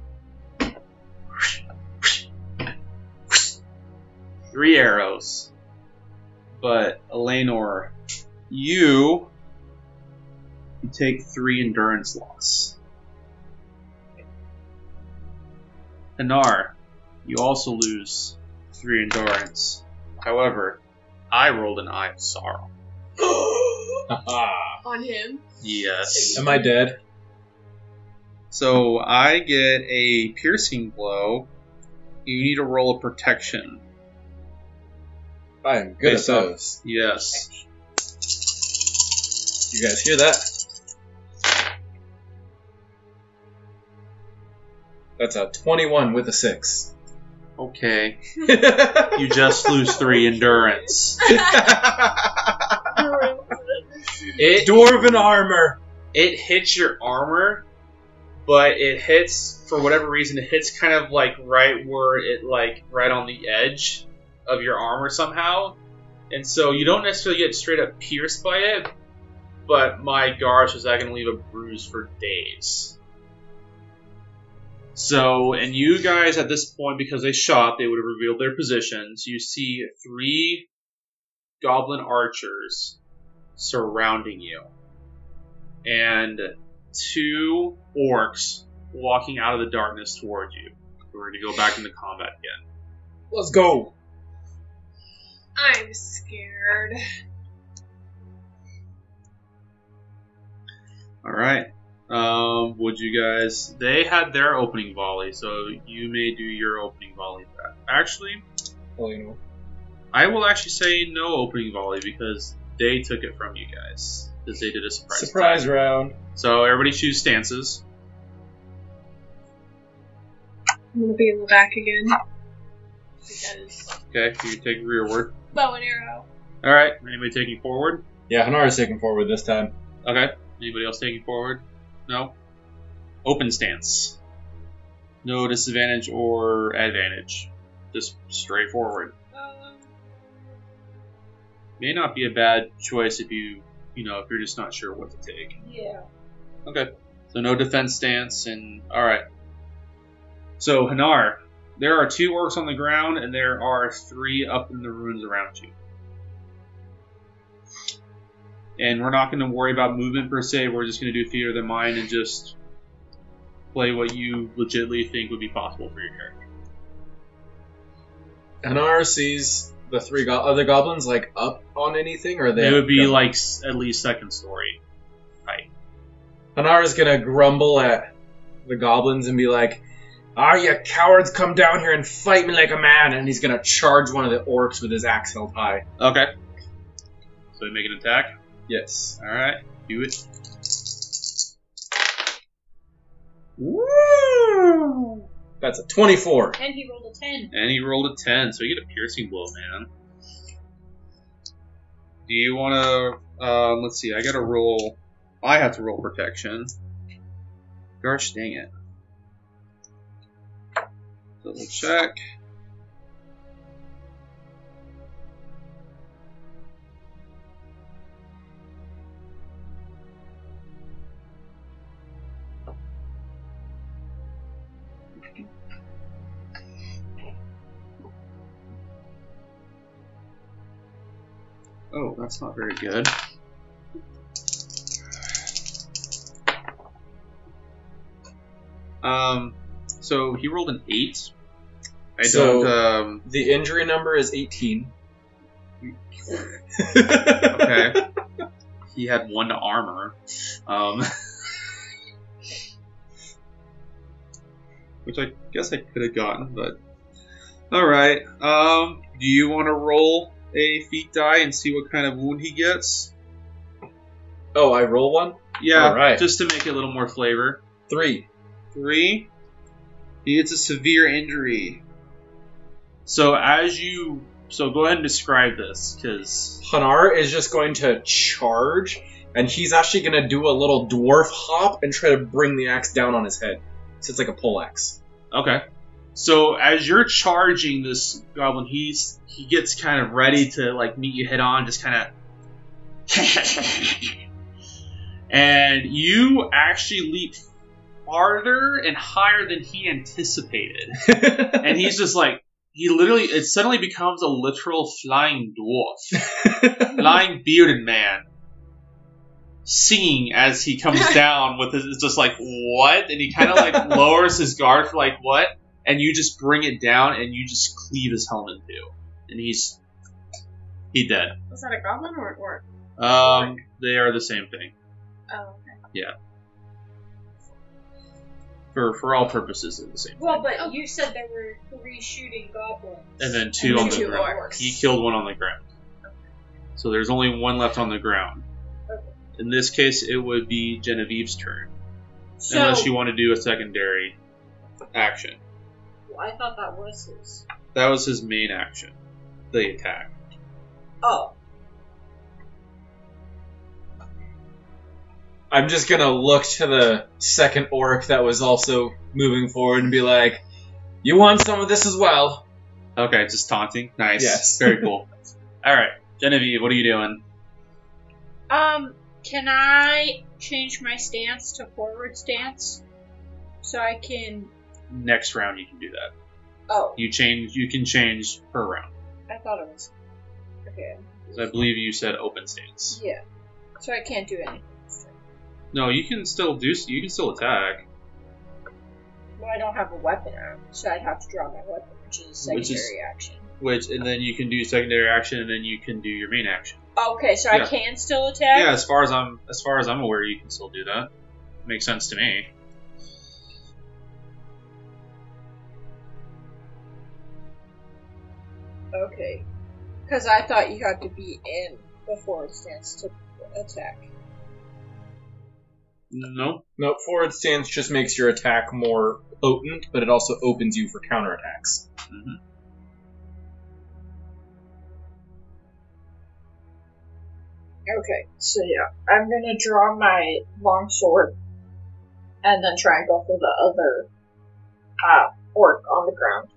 A: three arrows. But Eleanor, you you take three endurance loss. Hanar, you also lose three endurance. However, I rolled an eye of sorrow.
F: On him.
A: Yes.
B: Am I dead?
A: So I get a piercing blow. You need to roll a protection.
B: I am good at
A: Face up.
B: those.
A: Yes.
B: You guys hear that? That's a 21 with a 6.
A: Okay. You just lose three endurance. It
B: Dwarven armor!
A: it hits your armor, but it hits for whatever reason it hits kind of like right where it like right on the edge of your armor somehow, and so you don't necessarily get straight up pierced by it. But my gosh, is that going to leave a bruise for days? So, and you guys at this point, because they shot, they would have revealed their positions. You see three goblin archers surrounding you and two orcs walking out of the darkness toward you. We're going to go back into combat again.
B: Let's go!
F: I'm scared.
A: All right. Um, would you guys? They had their opening volley, so you may do your opening volley back. Actually,
B: Well, you know,
A: I will actually say no opening volley because they took it from you guys because they did a surprise. attack.
B: surprise round.
A: So everybody choose stances.
F: I'm gonna be in the back again.
A: Okay, you can take rearward.
F: Bow and arrow.
A: All right. Anybody taking forward?
B: Yeah, Hanara's taking forward this time.
A: Okay. Anybody else taking forward? No. Open stance. No disadvantage or advantage. Just straight forward. May not be a bad choice if you, you know, if you're just not sure what to take.
D: Yeah.
A: Okay. So no defense stance and all right. So Hanar, there are two orcs on the ground and there are three up in the ruins around you. And we're not going to worry about movement per se. We're just going to do theater of the mind and just play what you legitimately think would be possible for your character.
B: Hanar sees the three go- other goblins like up on anything, or are they?
A: it would be
B: up?
A: like s- at least second story.
B: Hanara's gonna grumble at the goblins and be like, "Ah, you cowards, come down here and fight me like a man!" And he's gonna charge one of the orcs with his axe held high.
A: Okay. So you make an attack.
B: Yes.
A: All right. Do it.
B: Woo! That's a twenty-four.
E: And he rolled a 10.
A: And he rolled a 10, so you get a piercing blow, man. Do you want to. Um, let's see, I gotta roll. I have to roll protection. Gosh dang it. Double check. Oh, that's not very good. Um, so he rolled an 8. I
B: So-
A: don't. Um,
B: The injury number is eighteen.
A: okay. he had one armor. Um, which I guess I could have gotten, but all right. Um, do you want to roll a feat die and see what kind of wound he gets?
B: Oh, I roll one.
A: Yeah,
B: All right.
A: just to make it a little more flavor.
B: Three.
A: Three. He gets a severe injury. So as you, so go ahead and describe this, because
B: Hanar is just going to charge, and he's actually going to do a little dwarf hop and try to bring the axe down on his head. So it's like a pole axe.
A: Okay. So as you're charging this goblin, he's he gets kind of ready to like meet you head on, just kind of. and you actually leap farther and higher than he anticipated, and he's just like he literally it suddenly becomes a literal flying dwarf, flying bearded man. Singing as he comes down with his, it's just like what, and he kind of like lowers his guard for like what, and you just bring it down and you just cleave his helmet in two, and he's he dead.
F: Was that a goblin or an orc?
A: Um, they are the same thing
F: Oh.
A: for for all purposes. They're the same.
D: Well, but you said there were three shooting goblins.
A: And then two on the
F: two
A: ground.
F: orcs.
A: He killed one on the ground. So there's only one left on the ground.
D: Okay.
A: In this case, it would be Genevieve's turn,
E: So,
A: unless you want to do a secondary action.
D: Well, I thought that was his.
A: That was his main action, the attack.
D: Oh.
B: I'm just going to look to the second orc that was also moving forward and be like, You want some of this as well?
A: Okay, just taunting. Nice.
B: Yes.
A: Very cool. All right, Genevieve, what are you doing?
E: um, can I change my stance to forward stance? So I can.
A: Next round, you can do that.
D: Oh.
A: You change. You can change per round.
D: I thought it was. Okay.
A: 'Cause I believe you said open stance.
D: Yeah. So I can't do anything.
A: No, you can still do. You can still attack,
D: Well, I don't have a weapon out, so I'd have to draw my weapon, which is a secondary
A: Which is-
D: action.
A: which and then you can do secondary action, and then you can do your main action.
D: Okay, so
A: Yeah.
D: I can still
A: Yeah,
D: attack?
A: as far as I'm as far as I'm aware, you can still do that. Makes sense to me.
D: Okay. Because I thought you had to be in before it stands to attack.
A: No.
B: No, forward stance just makes your attack more potent, but it also opens you for counterattacks.
A: Mhm.
G: Okay, so yeah, I'm gonna draw my long sword and then try and go for the other uh, orc on the ground.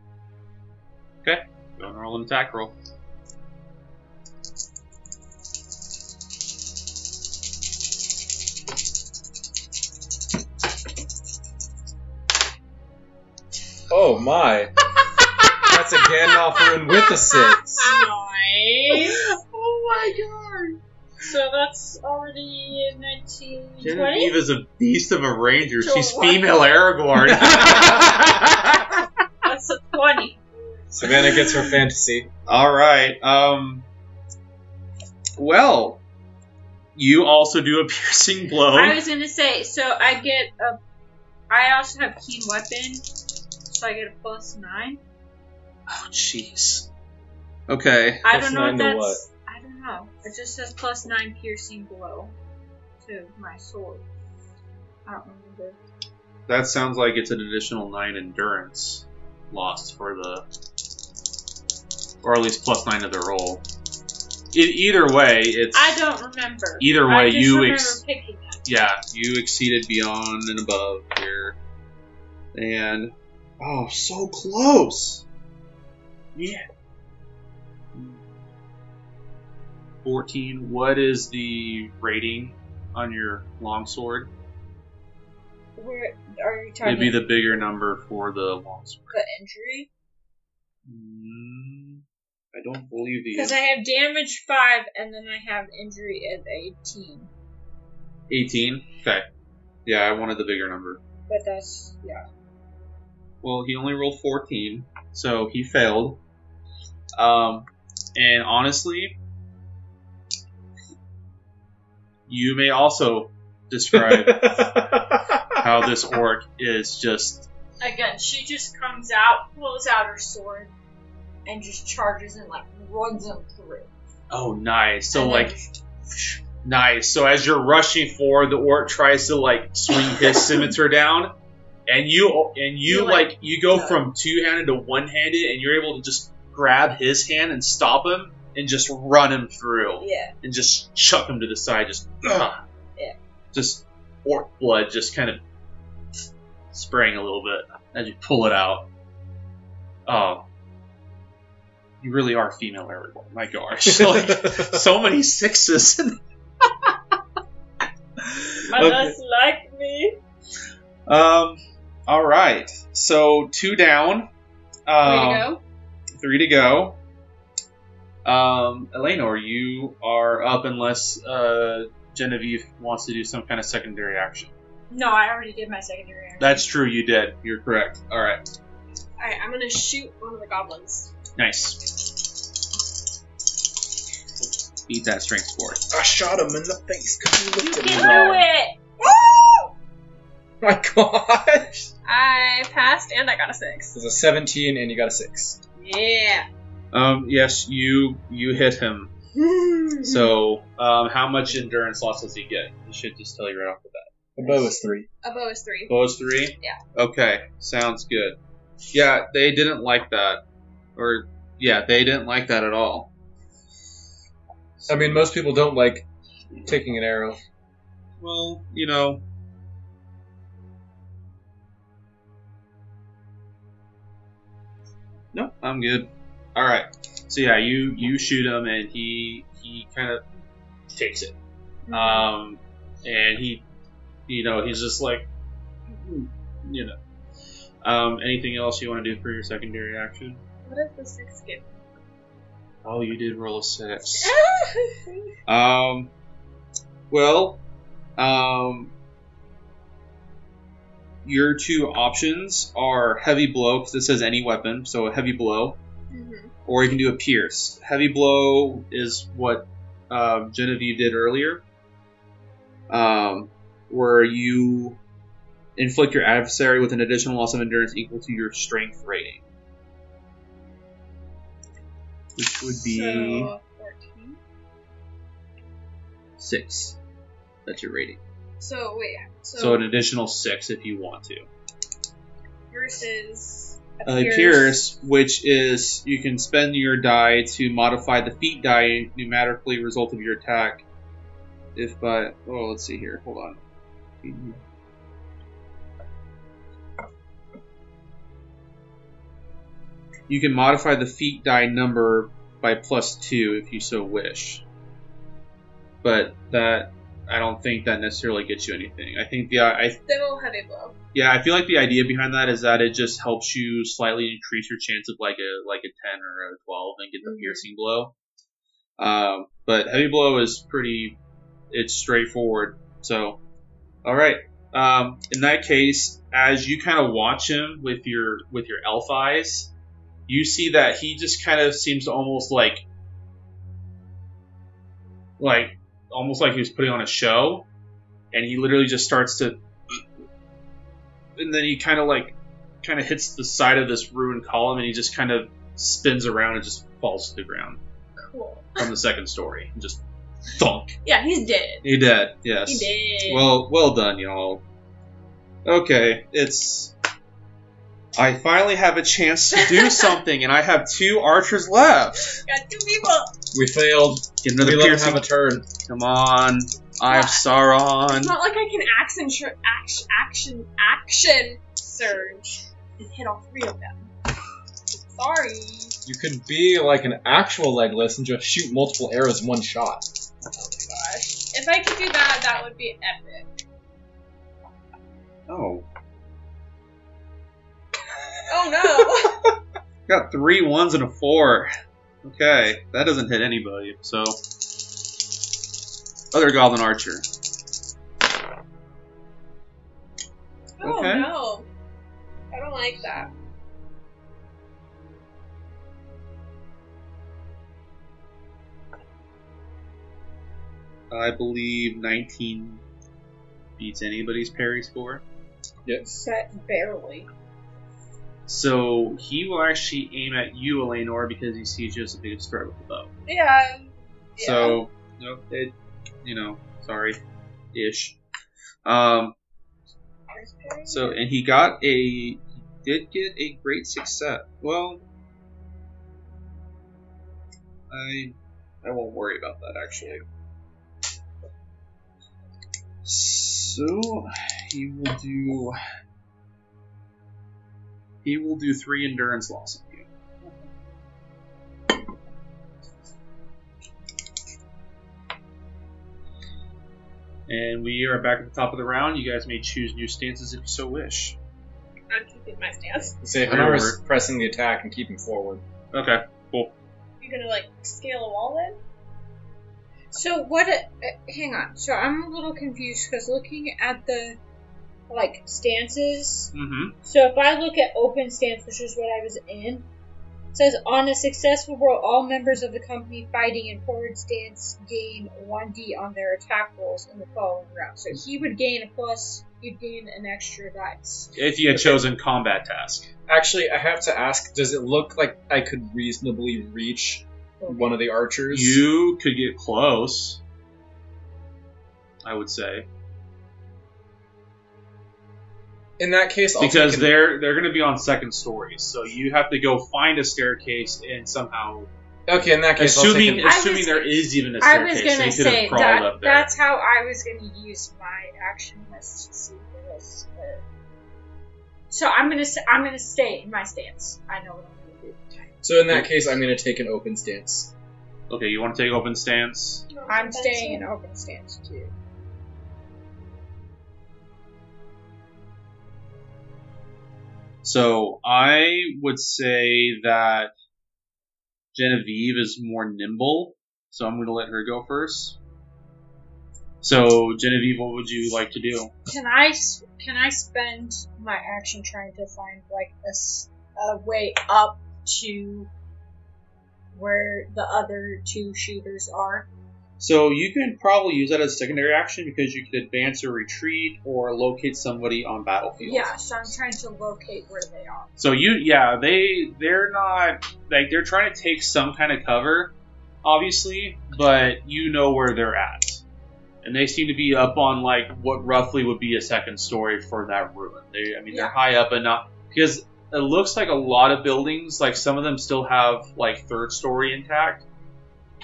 A: Go and roll an attack roll.
B: Oh my! That's a Gandalf rune with a six.
E: Nice.
D: Oh my god!
E: so that's already 19, 20?
A: Genevieve is a beast of a ranger.
E: To
A: She's
E: what?
A: female Aragorn.
E: That's a 20.
B: Savannah gets her fantasy.
A: All right. Um. Well, you also do a piercing blow.
E: I was gonna say, so I get a. I also have keen weapon, so I get a plus nine.
A: Oh, jeez. Okay.
E: I
B: Plus
E: don't know
B: nine
E: if
B: to
E: that's. I don't know. Oh, It just says plus nine piercing blow to my sword. I don't remember.
A: That sounds like it's an additional nine endurance lost for the, or at least plus nine to the roll. E- either way, it's
E: I don't remember.
A: either
E: I
A: way
E: just
A: you
E: remember
A: ex-
E: picking that.
A: yeah you exceeded beyond and above here, and oh so close. Yeah. Fourteen. What is the rating on your longsword?
D: Where are you talking
A: It'd be the bigger number for the longsword.
D: the injury?
A: Mm, I don't believe
D: Because
A: the
D: I have damage 5 and then I have injury at 18.
A: 18. Okay. Yeah, I wanted the bigger number.
D: But that's, yeah.
A: Well, he only rolled 14, so he failed. Um, and honestly, you may also describe how this orc is just
D: Again, she just comes out, pulls out her sword, and just charges and, like, runs them through.
A: oh nice. So
D: And then
A: like Nice. So as you're rushing forward, the orc tries to like swing his scimitar down, and you and you
D: You're
A: like,
D: like,
A: you go
D: no.
A: from two handed to one handed, and you're able to just grab his hand and stop him, and just run him through,
D: Yeah.
A: and just chuck him to the side, just ah.
D: Yeah.
A: just orc blood just kind of spraying a little bit as you pull it out. Oh, you really are female Aragorn. My gosh, like so many sixes.
C: Uh,
D: Mother's like me.
A: Um. All right. So two down. Um,
C: Way to go.
A: Three to go. Um, Eleanor, you are up unless uh, Genevieve wants to do some kind of secondary action.
E: No, I already did my secondary. action.
A: That's true. You did. You're correct. All right.
F: Alright, I'm gonna shoot one of the goblins.
A: Nice. Beat that strength score.
B: I shot him in the face because he
E: You
B: looked
E: can
B: at
E: do
B: me wrong.
E: it.
B: My gosh!
F: I passed and I got a six.
B: There's a 17 and you got a 6.
F: Yeah.
A: Um, yes, you you hit him.
D: Mm-hmm.
A: so, um, how much endurance loss does he get? I should just tell you right off the bat.
B: The bow is 3.
F: A bow is three.
A: Those three? Yeah. Okay, sounds good. Yeah, they didn't like that. Or, yeah, they didn't like that at all.
B: I mean, most people don't like taking an arrow.
A: Well, you know. No, I'm good. All right. So yeah, you you shoot him and he he kind of takes it.
B: Uh,
A: Um, and he, you know, he's just like, you know. Um, anything else you want to do for your secondary action?
F: What does the six get?
A: Oh, you did roll a six. um, well, um, your two options are heavy blow because it says any weapon, so a heavy blow,
F: Mm-hmm.
A: or you can do a pierce. Heavy blow is what um, Genevieve did earlier. Um, where you inflict your adversary with an additional loss of endurance equal to your strength rating. Which would be
C: So, 14.
A: six. That's your rating.
C: So, wait. So,
A: So, an additional six if you want to.
C: versus. A
A: Uh, Pierce, which is you can spend your die to modify the feat die numerically result of your attack. If by oh, let's see here. Hold on. Mhm. You can modify the feat die number by plus two if you so wish. But that I don't think that necessarily gets you anything. I think the I
F: Then we'll have a blow.
A: yeah, I feel like the idea behind that is that it just helps you slightly increase your chance of like a like a ten or a twelve and get the piercing blow. Um, but heavy blow is pretty, it's straightforward. So, all right. Um, in that case, as you kind of watch him with your with your elf eyes, you see that he just kind of seems to almost like like almost like he was putting on a show, and he literally just starts to and then he kind of like kind of hits the side of this ruined column and he just kind of spins around and just falls to the ground
F: Cool.
A: from the second story and just thunk
F: Yeah, he's dead.
A: he dead yes
F: He dead.
A: well well done y'all okay it's i finally have a chance to do something and i have two archers left
F: Got two people.
B: We failed.
A: get another
B: we let him
A: piercing
B: have a turn.
A: come on i have sauron
F: It's not like I can action sur- action action action surge and hit all three of them. Sorry.
B: You could be like an actual legless and just shoot multiple arrows in one shot.
F: Gosh. If I could do that, that would be epic.
A: oh
F: Oh no.
A: Got three ones and a four. Okay, that doesn't hit anybody. So, other goblin archer.
F: Oh
A: Okay.
F: no. I don't like that.
A: I believe 19 beats anybody's parry score.
B: Yes.
C: barely.
A: So he will actually aim at you, Eleanor, because he sees you as a big threat with the bow.
F: Yeah.
A: So, no, it, you know, sorry, ish. Um, so and he got a, he did get a great success. Well, I, I won't worry about that actually. So he will do, he will do three endurance loss on you. And we are back at the top of the round. You guys may choose new stances if you so wish.
F: I'm keeping my stance.
B: Say
A: Whatever.
B: Honor's pressing the attack and keeping forward.
A: Okay.
F: You're gonna like scale a wall then?
D: So what? Uh, hang on. So I'm a little confused because looking at the like stances,
A: Mm-hmm.
D: So if I look at open stance, which is what I was in, it says on a successful roll, all members of the company fighting in forward stance gain 1d on their attack rolls in the following round. So he would gain a plus, you'd gain an extra dice.
A: If you had chosen combat task.
B: Actually, I have to ask: Does it look like I could reasonably reach one of the archers?
A: You could get close. I would say
B: in that case, I'll
A: because
B: take an-
A: they're they're going to be on second stories, so you have to go find a staircase and somehow
B: okay. In that case, I'll
A: assuming
B: take
D: I was-
A: assuming there is even a
D: I
A: staircase,
D: was gonna
A: they could
D: say
A: have crawled
D: that,
A: up there.
D: that's how I was gonna use my action was to see this. But... So I'm gonna s- I'm gonna stay in my stance. I know what I'm gonna do.
B: an, so in that case, I'm going to take an open stance.
A: Okay, you want to take open stance?
D: I'm staying in open stance too.
A: So I would say that Genevieve is more nimble, so I'm going to let her go first. So Genevieve, what would you like to do?
D: Can I s- can I spend my action trying to find like a, s- a way up to where the other two shooters are?
A: So you can probably use that as secondary action because you could advance or retreat or locate somebody on battlefield.
F: Yeah, so I'm trying to locate where they are.
A: So you, yeah, they they're not like they're trying to take some kind of cover, obviously, but you know where they're at, and they seem to be up on like what roughly would be a second story for that ruin. They, I mean, they're high up enough because it looks like a lot of buildings, like some of them still have like third story intact,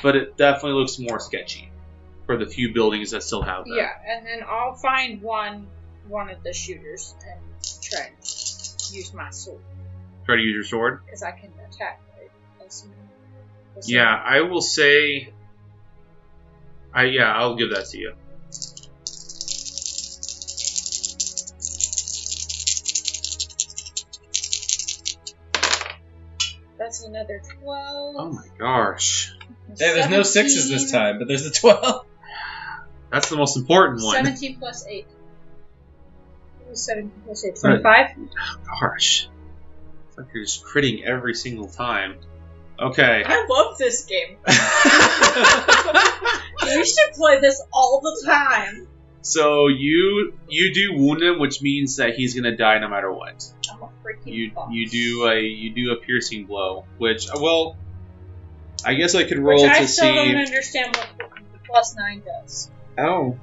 A: but it definitely looks more sketchy for the few buildings that still have that.
D: Yeah, and then I'll find one one of the shooters and try and use my sword
A: Try to use your sword.
D: because I can attack. Right? That's- that's-
A: Yeah, I will say. I yeah, I'll give that to you.
D: That's another twelve.
A: Oh my gosh,
B: Hey, there's no sixes this time, but there's a twelve.
A: that's the most important one.
D: Seventeen plus eight. What was Seventeen plus eight. Twenty-five.
A: Gosh, it's like you're just critting every single time. Okay.
E: I love this game. We should play this all the time.
A: so you you do wound him, which means that he's gonna die no matter what.
D: I'm a freaking
A: You
D: boss.
A: you do a you do a piercing blow, which uh, well, I guess I could roll
D: Which I
A: to
D: still
A: see.
D: don't understand what the plus nine does
A: Oh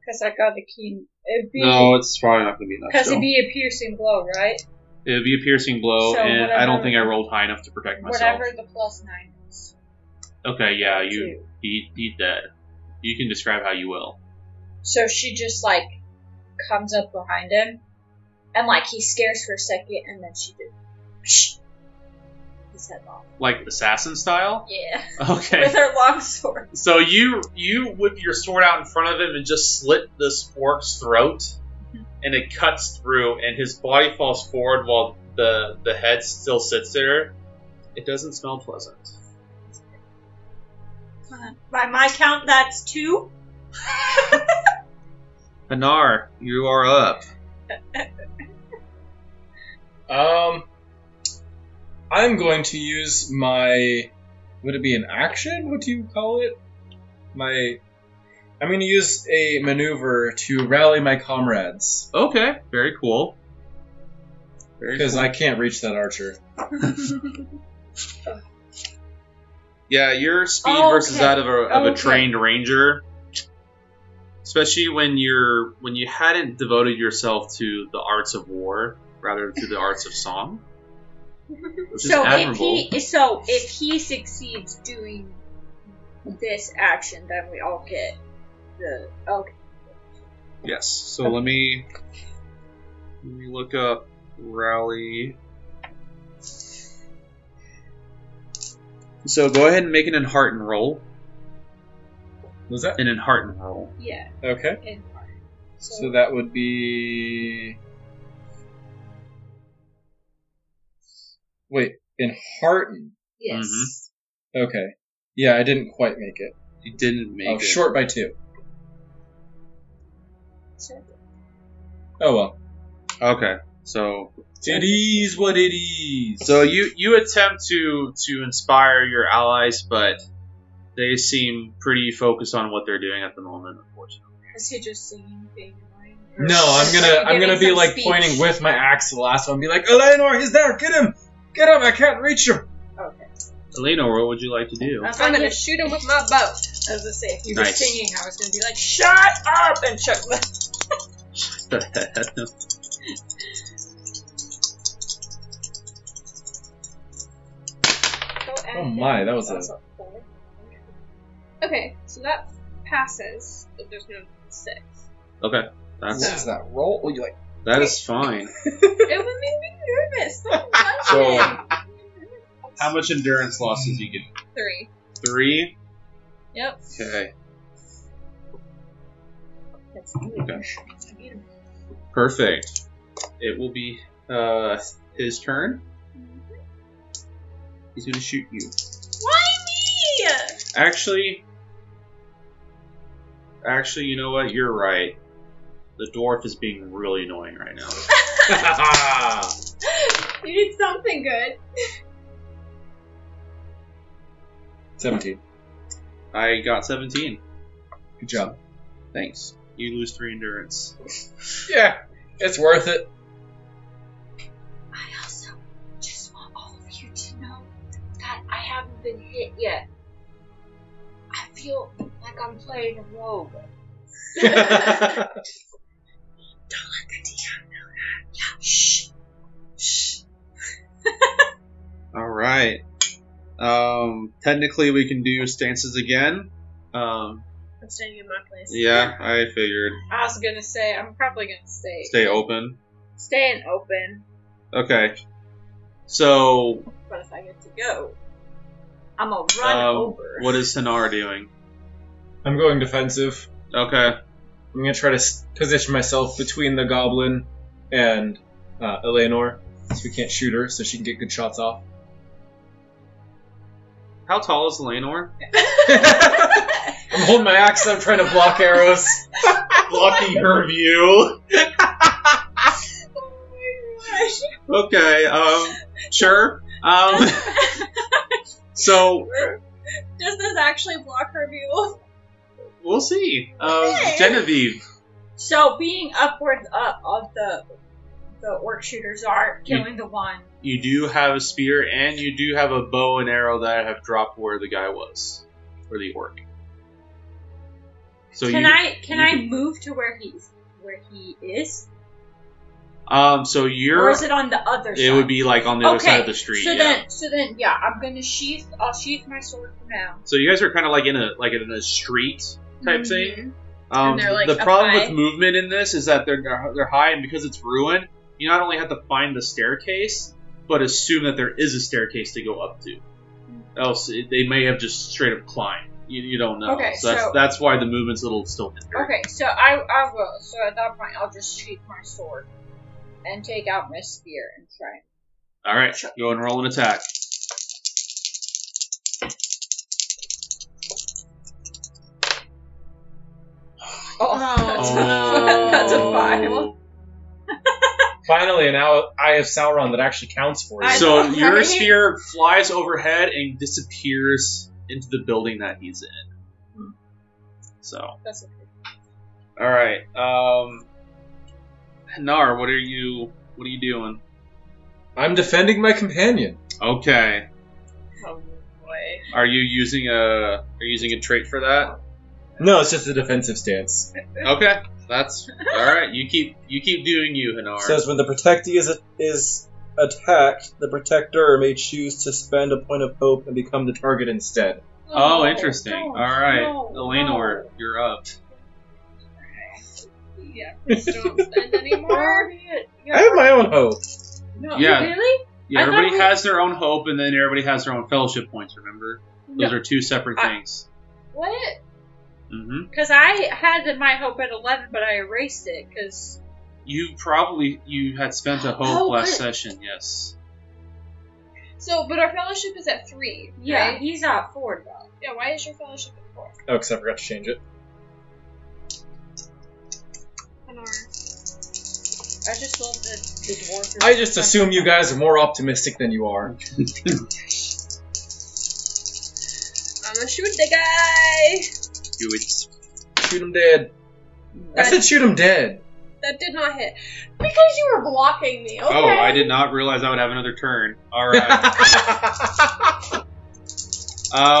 D: because I got the key. It'd be
A: no, it's probably not gonna be enough.
D: because
A: still.
D: it'd be a piercing blow, right?
A: It would be a piercing blow,
D: So
A: and I don't
D: whatever-
A: think I rolled high enough to protect myself.
D: Whatever the plus nine is.
A: Okay, yeah, you
D: Two.
A: he, he dead. You can describe how you will.
D: So she just like comes up behind him, and like he scares for a second, and then she did. Psh, his head off.
A: Like assassin style.
D: Yeah.
A: Okay,
E: her long sword.
A: so you you whip your sword out in front of him and just slit this orc's throat, and it cuts through, and his body falls forward while the the head still sits there. It doesn't smell pleasant.
E: By my count, that's two.
A: Hanar, you are up.
B: Um, I'm going to use my. Would it be an action? What do you call it? My. I'm going to use a maneuver to rally my comrades
A: Okay, very cool. Very
B: because I can't reach that archer.
A: Yeah, your speed versus
D: Oh, Okay.
A: that of a, of a
D: Okay.
A: trained ranger, especially when you're when you hadn't devoted yourself to the arts of war rather than to the arts of song, which
D: so
A: is
D: if
A: admirable.
D: he so if he succeeds doing this action, then we all get the oh, okay.
A: Yes. So let me let me look up rally. So go ahead and make an enhearten roll.
B: Was that
A: An enhearten roll.
D: Yeah.
B: okay?
D: In part. So,
B: So that would be. Wait, in Harton.
D: yes.
B: Okay. Yeah, I didn't quite make it.
A: You didn't make
B: I
A: it.
B: was short by two.
D: So-
B: Oh well.
A: Okay. So
B: It is what it is.
A: So you you attempt to to inspire your allies, but they seem pretty focused on what they're doing at the moment, unfortunately.
F: Is he just singing being annoying? Or-
B: No, I'm gonna I'm gonna be
F: Giving some
B: like
F: speech.
B: pointing with my axe to the last one, be like, Eleanor, he's there, get him, get him, I can't reach him.
D: Okay.
A: Elena, what would you like to do?
F: I'm,
E: I'm
F: gonna
E: gonna
F: shoot him with my bow. I was gonna say, if you were
A: Nice.
F: singing, I was gonna be like, shut up and chuck my
D: so
B: Oh
D: add
B: my, that was a
D: That's a four.
F: Okay, so that passes, but there's no six.
A: okay,
B: what
A: that's
B: is that roll? Oh, you like
A: that is fine.
F: it would make me nervous. Don't touch
B: So-
F: him.
A: How much endurance losses you get?
F: Three.
A: Three.
F: Yep.
A: Okay,
D: That's good.
A: perfect. It will be uh his turn. He's gonna shoot you.
E: Why me?
A: Actually, actually, you know what? You're right. The dwarf is being really annoying right now.
E: You did something good.
B: seventeen.
A: I got 17.
B: Good job.
A: Thanks. You lose three endurance.
B: Yeah, it's worth it.
F: I also just want all of you to know that I haven't been hit yet. I feel like I'm playing a rogue.
E: Shh. Shh.
A: All right. Um, technically, we can do stances again. Um,
C: I'm staying in my place.
A: yeah, I figured.
E: I was gonna say I'm probably gonna stay.
A: Stay open.
D: Staying open.
A: Okay. So,
E: But if I get to go, I'm gonna run
A: Um,
E: over.
A: what is Sonar doing?
B: I'm going defensive.
A: Okay.
B: I'm gonna try to s- position myself between the goblin and uh, Eleanor, so we can't shoot her, so she can get good shots off.
A: How tall is Lanor?
B: I'm holding my axe. I'm trying to block arrows, blocking her view.
A: Okay. Um, sure. Um, so
E: Does this actually block her view?
A: we'll see. Um, Genevieve.
E: So being upwards up of the the orc shooters are killing the one.
A: You do have a spear, and you do have a bow and arrow that I have dropped where the guy was, or the orc. So
E: can
A: you,
E: I can
A: you
E: I
A: can-
E: move to where he's where he is,
A: um, so you're,
E: or is it on the other side?
A: it would be like on the other
E: Okay,
A: side of the street.
D: So
A: yeah.
D: then, so then, yeah, I'm gonna sheath. I'll sheath my sword for now.
A: So you guys are kind of like in a like in a street
B: Mm-hmm.
A: type
E: Mm-hmm.
A: thing. Um,
C: And they're, like,
A: the
C: up
A: problem
C: high.
A: with movement in this is that they're they're high, and because it's ruined, you not only have to find the staircase, but assume that there is a staircase to go up to. Else, it, they may have just straight up climbed. You, you don't know.
D: Okay,
A: that's
D: so-
A: that's why the movement's a little still hindered.
D: Okay, so I, I will. So at that point, I'll just sheath my sword and take out my spear and try. and-
A: All right, go and roll an attack.
C: Oh,
B: Oh.
D: Oh,
E: That's a- that's a five.
A: Oh.
B: Finally, an owl- Eye of Sauron that actually counts for you.
E: I
A: So
E: know,
A: your
E: right?
A: spear flies overhead and disappears into the building that he's in. So.
E: That's okay.
A: All right. Um, Nar, what are you? What are you doing?
B: I'm defending my companion.
A: Okay.
C: Oh boy.
A: Are you using a? Are you using a trait for that?
B: No, it's just a defensive stance.
A: Okay. That's all right. You keep you keep doing you, Hanar.
H: says when the protectee is, is attacked, the protector may choose to spend a point of hope and become the target.
B: Target instead.
A: oh, interesting.
D: no,
A: all right,
D: no,
A: Eleanor, you're up.
C: Yeah, please don't spend anymore.
B: I have my own hope.
E: No,
A: Yeah.
E: Really?
A: Yeah,
E: I thought
A: everybody
E: we-
A: has their own hope, and then everybody has their own fellowship points. Remember, those are two separate
E: I-
A: things.
E: What?
A: hmm
E: Because I had my hope at eleven, but I erased it because
A: You probably you had spent a hope
E: Oh,
A: last
E: good.
A: session. Yes.
F: So, but our fellowship is at three.
E: yeah,
F: Right?
E: he's at four though.
F: Yeah. Why is your fellowship at four?
B: Oh, because I forgot to change it.
E: I just love the the dwarf.
B: I just assume you guys are more optimistic than you are.
C: I'm gonna shoot the guy.
A: You would.
B: Shoot him dead. I said shoot him dead.
C: That did not hit because you were blocking me. Okay.
A: Oh, I did not realize I would have another turn. All right.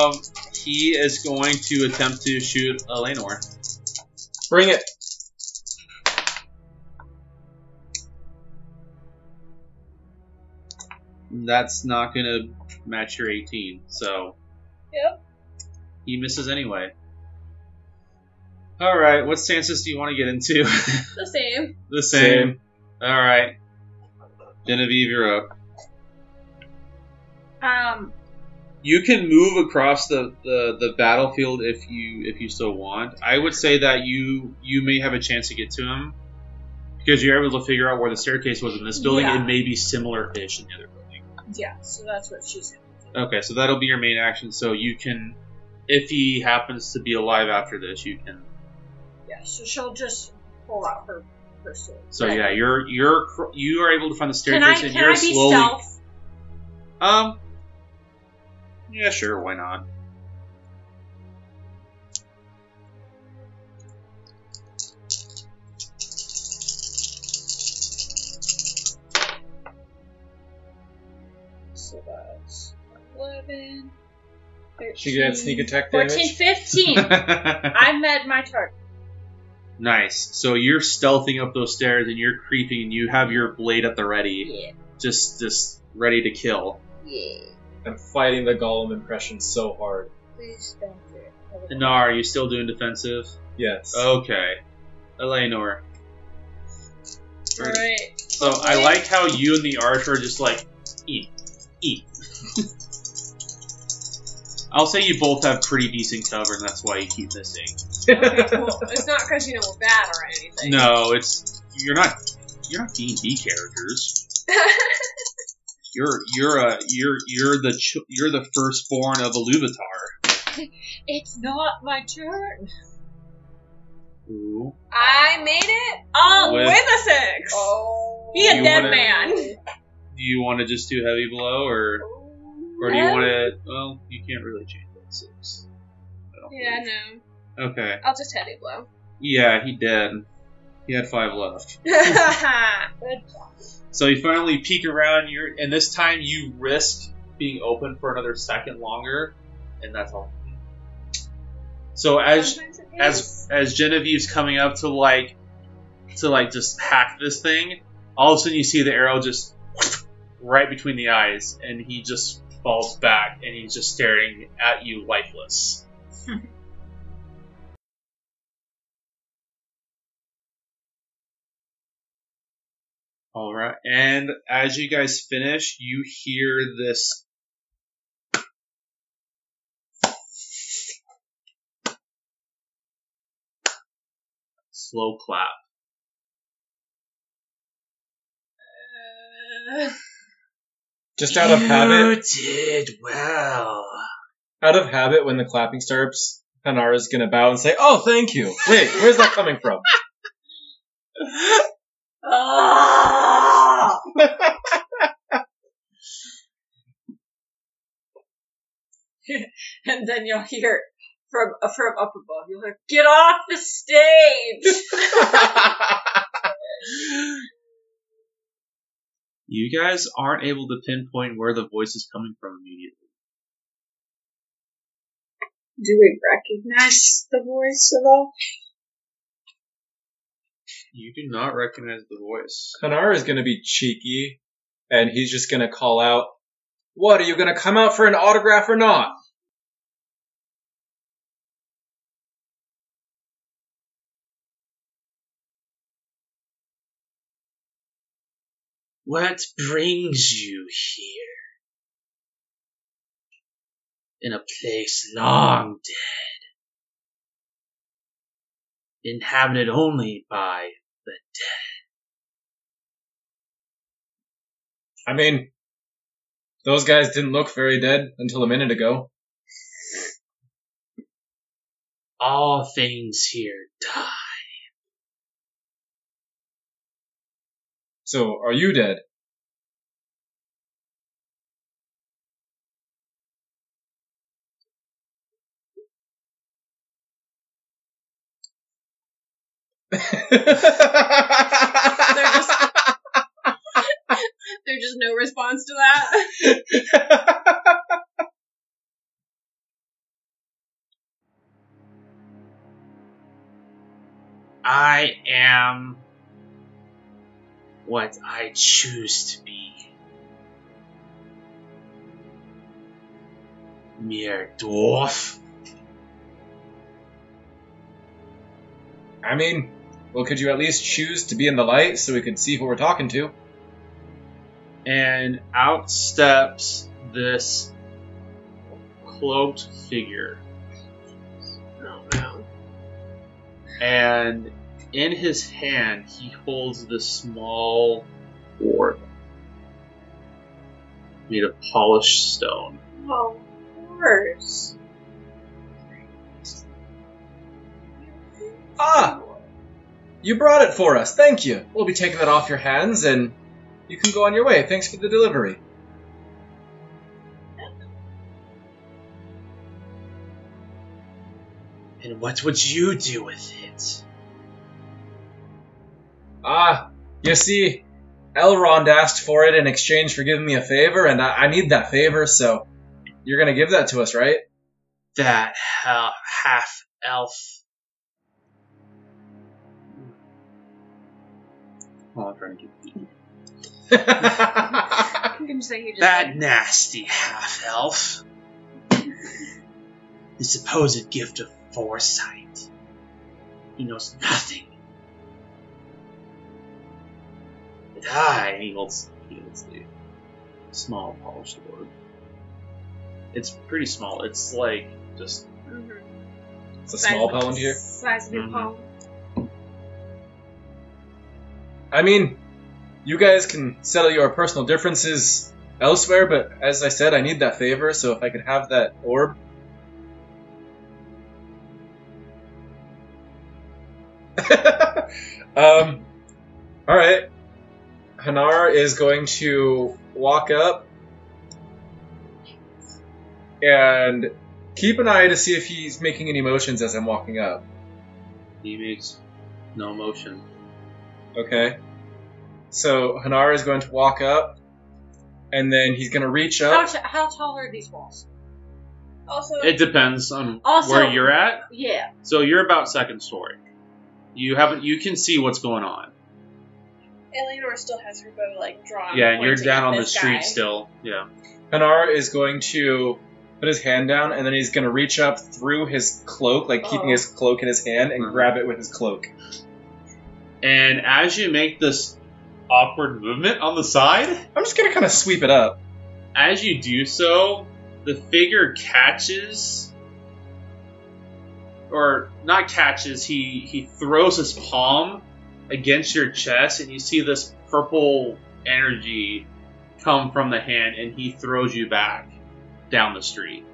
A: um, he is going to attempt to shoot Eleanor.
B: Bring it.
A: That's not gonna match your 18. So.
C: Yep.
A: He misses anyway. All right. What stances do you want to get into?
C: The same.
A: the same. All right. Genevieve, you're up.
E: um.
A: you can move across the, the, the battlefield if you if you so want. I would say that you you may have a chance to get to him because you're able to figure out where the staircase was in this building.
E: Yeah.
A: It may be similar-ish in the other building.
E: Yeah. So that's what she's.
A: Okay, so that'll be your main action. So you can, if he happens to be alive after this, you can.
E: Yeah. So she'll just pull out her her sword.
A: So
E: Right.
A: yeah, you're you're cr- you are able to find the
E: Can
A: staircase
E: I
A: and
E: can
A: you're
E: I be
A: slowly.
E: stealth?
A: Um. Yeah, sure. Why not?
D: So that's 11, 13,
B: She could add sneak attack
D: 14,
B: damage.
D: 15. I met my target.
A: nice. So you're stealthing up those stairs and you're creeping and you have your blade at the ready,
F: Yeah.
A: just just ready to kill.
F: Yeah.
B: I'm fighting the golem impression so hard.
D: Please don't do it. I would-
A: And Nar, are you still doing defensive?
B: Yes.
A: Okay. Eleanor.
C: Alright.
A: So I like how you and the archer are just like eat, eat. I'll say you both have pretty decent cover, and that's why you keep missing.
C: Okay, cool. It's not because, you know, we're bad or anything.
A: No, it's you're not you're not D and D characters. You're you're a you're you're the ch- you're the firstborn of a Iluvatar.
E: It's not my turn.
A: Ooh.
C: I made it?
E: Um,
A: With-
E: with, a six.
C: Oh.
E: Be a
A: You
E: dead
A: wanna-
E: man.
A: Do you want to just do heavy blow, or or do you want to? Well, you can't really change that six. I don't
C: Yeah, no.
A: believe. Okay.
C: I'll just heavy blow.
A: Yeah, he did. He had five left.
D: Good job.
A: So you finally peek around, you're, and this time you risk being open for another second longer, and that's all. So as
C: Sometimes it
A: as as Genevieve's coming up to like to like just hack this thing, all of a sudden you see the arrow just right between the eyes, and he just falls back, and he's just staring at you lifeless. All right, and as you guys finish, you hear this. Slow clap.
B: Just out of habit.
A: did well.
B: Out of habit, when the clapping starts, Hanara's gonna bow and say, "Oh, thank you." Wait, where's that coming from?
E: and then you'll hear from from up above. You'll hear, "Get off the stage!"
A: You guys aren't able to pinpoint where the voice is coming from immediately.
G: Do we recognize the voice at all?
A: You do not recognize the voice.
B: Hanar is gonna be cheeky, and he's just gonna call out, "What are you gonna come out for an autograph or not?"
A: What brings you here? In a place long dead. Inhabited only by.
B: I mean, those guys didn't look very dead until a minute ago.
A: All things here die.
B: So, are you dead?
C: There's just no response to that.
A: I am what I choose to be. Mere dwarf.
B: I mean, well, could you at least choose to be in the light so we could see who we're talking to?
A: And out steps this cloaked figure.
C: Oh no.
A: And in his hand, he holds this small orb made of polished stone.
C: Oh, worse.
B: Ah! You brought it for us. Thank you. We'll be taking that off your hands and you can go on your way. Thanks for the delivery.
A: And what would you do with it?
B: Ah, you see, Elrond asked for it in exchange for giving me a favor, and I, I need that favor, so you're gonna give that to us, right?
A: That hell, half elf.
B: Well, I'm trying to keep.
E: I'm gonna say he just
A: That nasty half elf. the supposed gift of foresight. He knows nothing. But I, he holds, he holds the small polished orb. It's pretty small. It's like just
C: Mm-hmm.
E: Mhm.
B: it's a small
E: Size-
B: Palantir.
E: Size of your
A: Mhm.
E: palm.
B: I mean, you guys can settle your personal differences elsewhere, but as I said, I need that favor, so if I could have that orb. um, alright. Hanar is going to walk up and keep an eye to see if he's making any motions as I'm walking up.
A: he makes no motion.
B: Okay. So Hanara is going to walk up, and then he's going to reach
E: How,
B: up.
E: t- how tall are these walls?
C: Also,
A: It depends on
E: Also-
A: where you're at.
E: Yeah.
A: So you're about second story. You haven't. You can see what's going on.
C: Eleanor still has her bow like drawn.
A: yeah, and you're
C: pointing
A: down
C: at
A: on the
C: this
A: street
C: guy.
A: still. Yeah.
B: Hanara is going to put his hand down, and then he's going to reach up through his cloak, like keeping
C: Oh.
B: his cloak in his hand, and
A: Mhm.
B: grab it with his cloak.
A: And as you make this awkward movement on the side,
B: I'm just going to kind of sweep it up.
A: as you do so, the figure catches or not catches, he he throws his palm against your chest and you see this purple energy come from the hand and he throws you back down the street.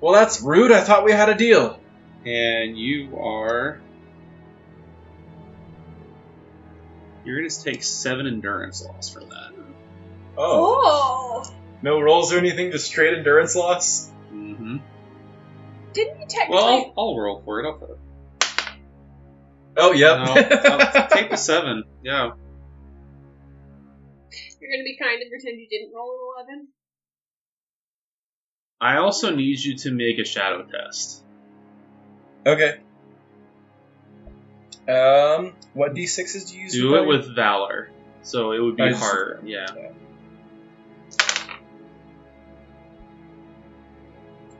B: Well, that's rude. I thought we had a deal.
A: And you are you're gonna take seven endurance loss from that.
B: Oh.
C: Oh,
B: No rolls or anything, just straight endurance loss?
A: Mm-hmm.
C: didn't you technically?
A: Well, I'll, I'll roll for it. I'll put it.
B: Oh, yep.
A: No, take the seven. Yeah.
C: you're gonna be kind and pretend you didn't roll an eleven.
A: I also need you to make a shadow test.
B: okay. Um, what d6s do you use?
A: Do
B: for
A: it
B: that?
A: with valor. So it would be
B: I just-
A: hard. Yeah.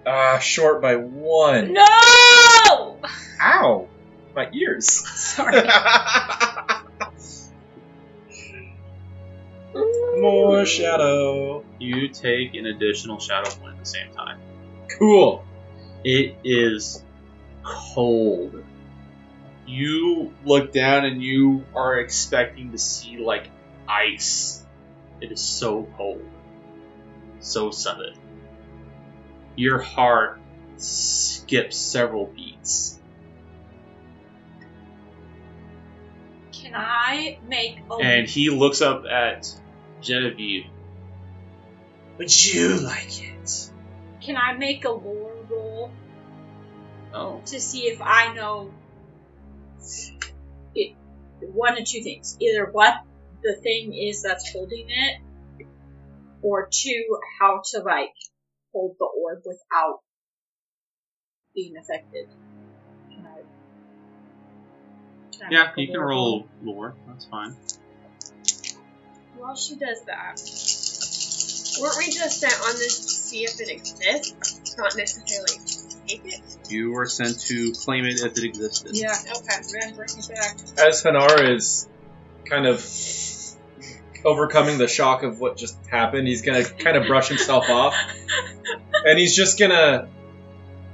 B: Ah, short by one.
E: No!
B: Ow! My ears. Sorry.
H: More shadow.
A: You take an additional shadow point at the same time.
B: cool.
A: It is cold. You look down and you are expecting to see like ice. It is so cold. So sudden. Your heart skips several beats.
E: Can I make a
A: and he looks up at Genevieve. Would you like it?
E: Can I make a lore roll
A: Oh.
E: to see if I know it, one of two things? Either what the thing is that's holding it, or two, how to like hold the orb without being affected. Can I- can I
A: Yeah,
E: make a
A: you can
E: lore
A: roll lore. That's fine.
E: While she does that,
C: Weren't we just sent on this to see if it exists, not necessarily take it?
A: You were sent to claim it if it existed.
E: yeah, okay, we're gonna bring it back.
B: As Hanar is kind of overcoming the shock of what just happened, he's gonna kind of brush himself off, and he's just gonna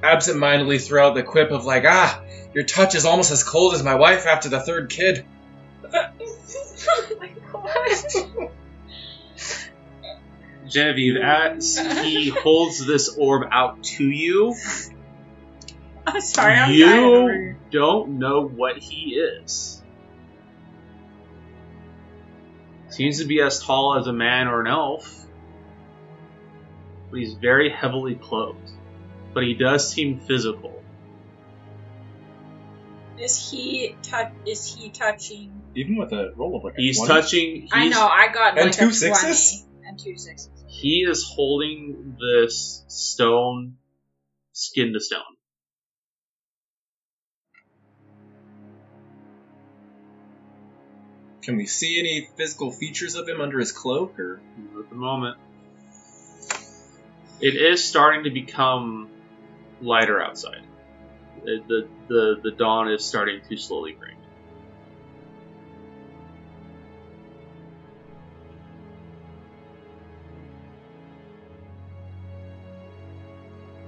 B: absentmindedly throw out the quip of like, "Ah, your touch is almost as cold as my wife after the third kid."
E: Oh
A: Genevieve, as he holds this orb out to you,
E: I'm sorry, I'm dying over
A: you
E: here.
A: don't know what he is. Seems to be as tall as a man or an elf, but he's very heavily clothed. But he does seem physical.
E: Is he touch? Is he touching?
B: Even with a roll over,
A: He's
B: one-
A: touching. He's,
E: I know. I got
B: and
E: like
B: two
E: a
B: sixes?
E: 20 and two sixes.
A: He is holding this stone, skin to stone.
B: Can we see any physical features of him under his cloak, or
A: at the moment. It is starting to become lighter outside. The the the, the dawn is starting to slowly break.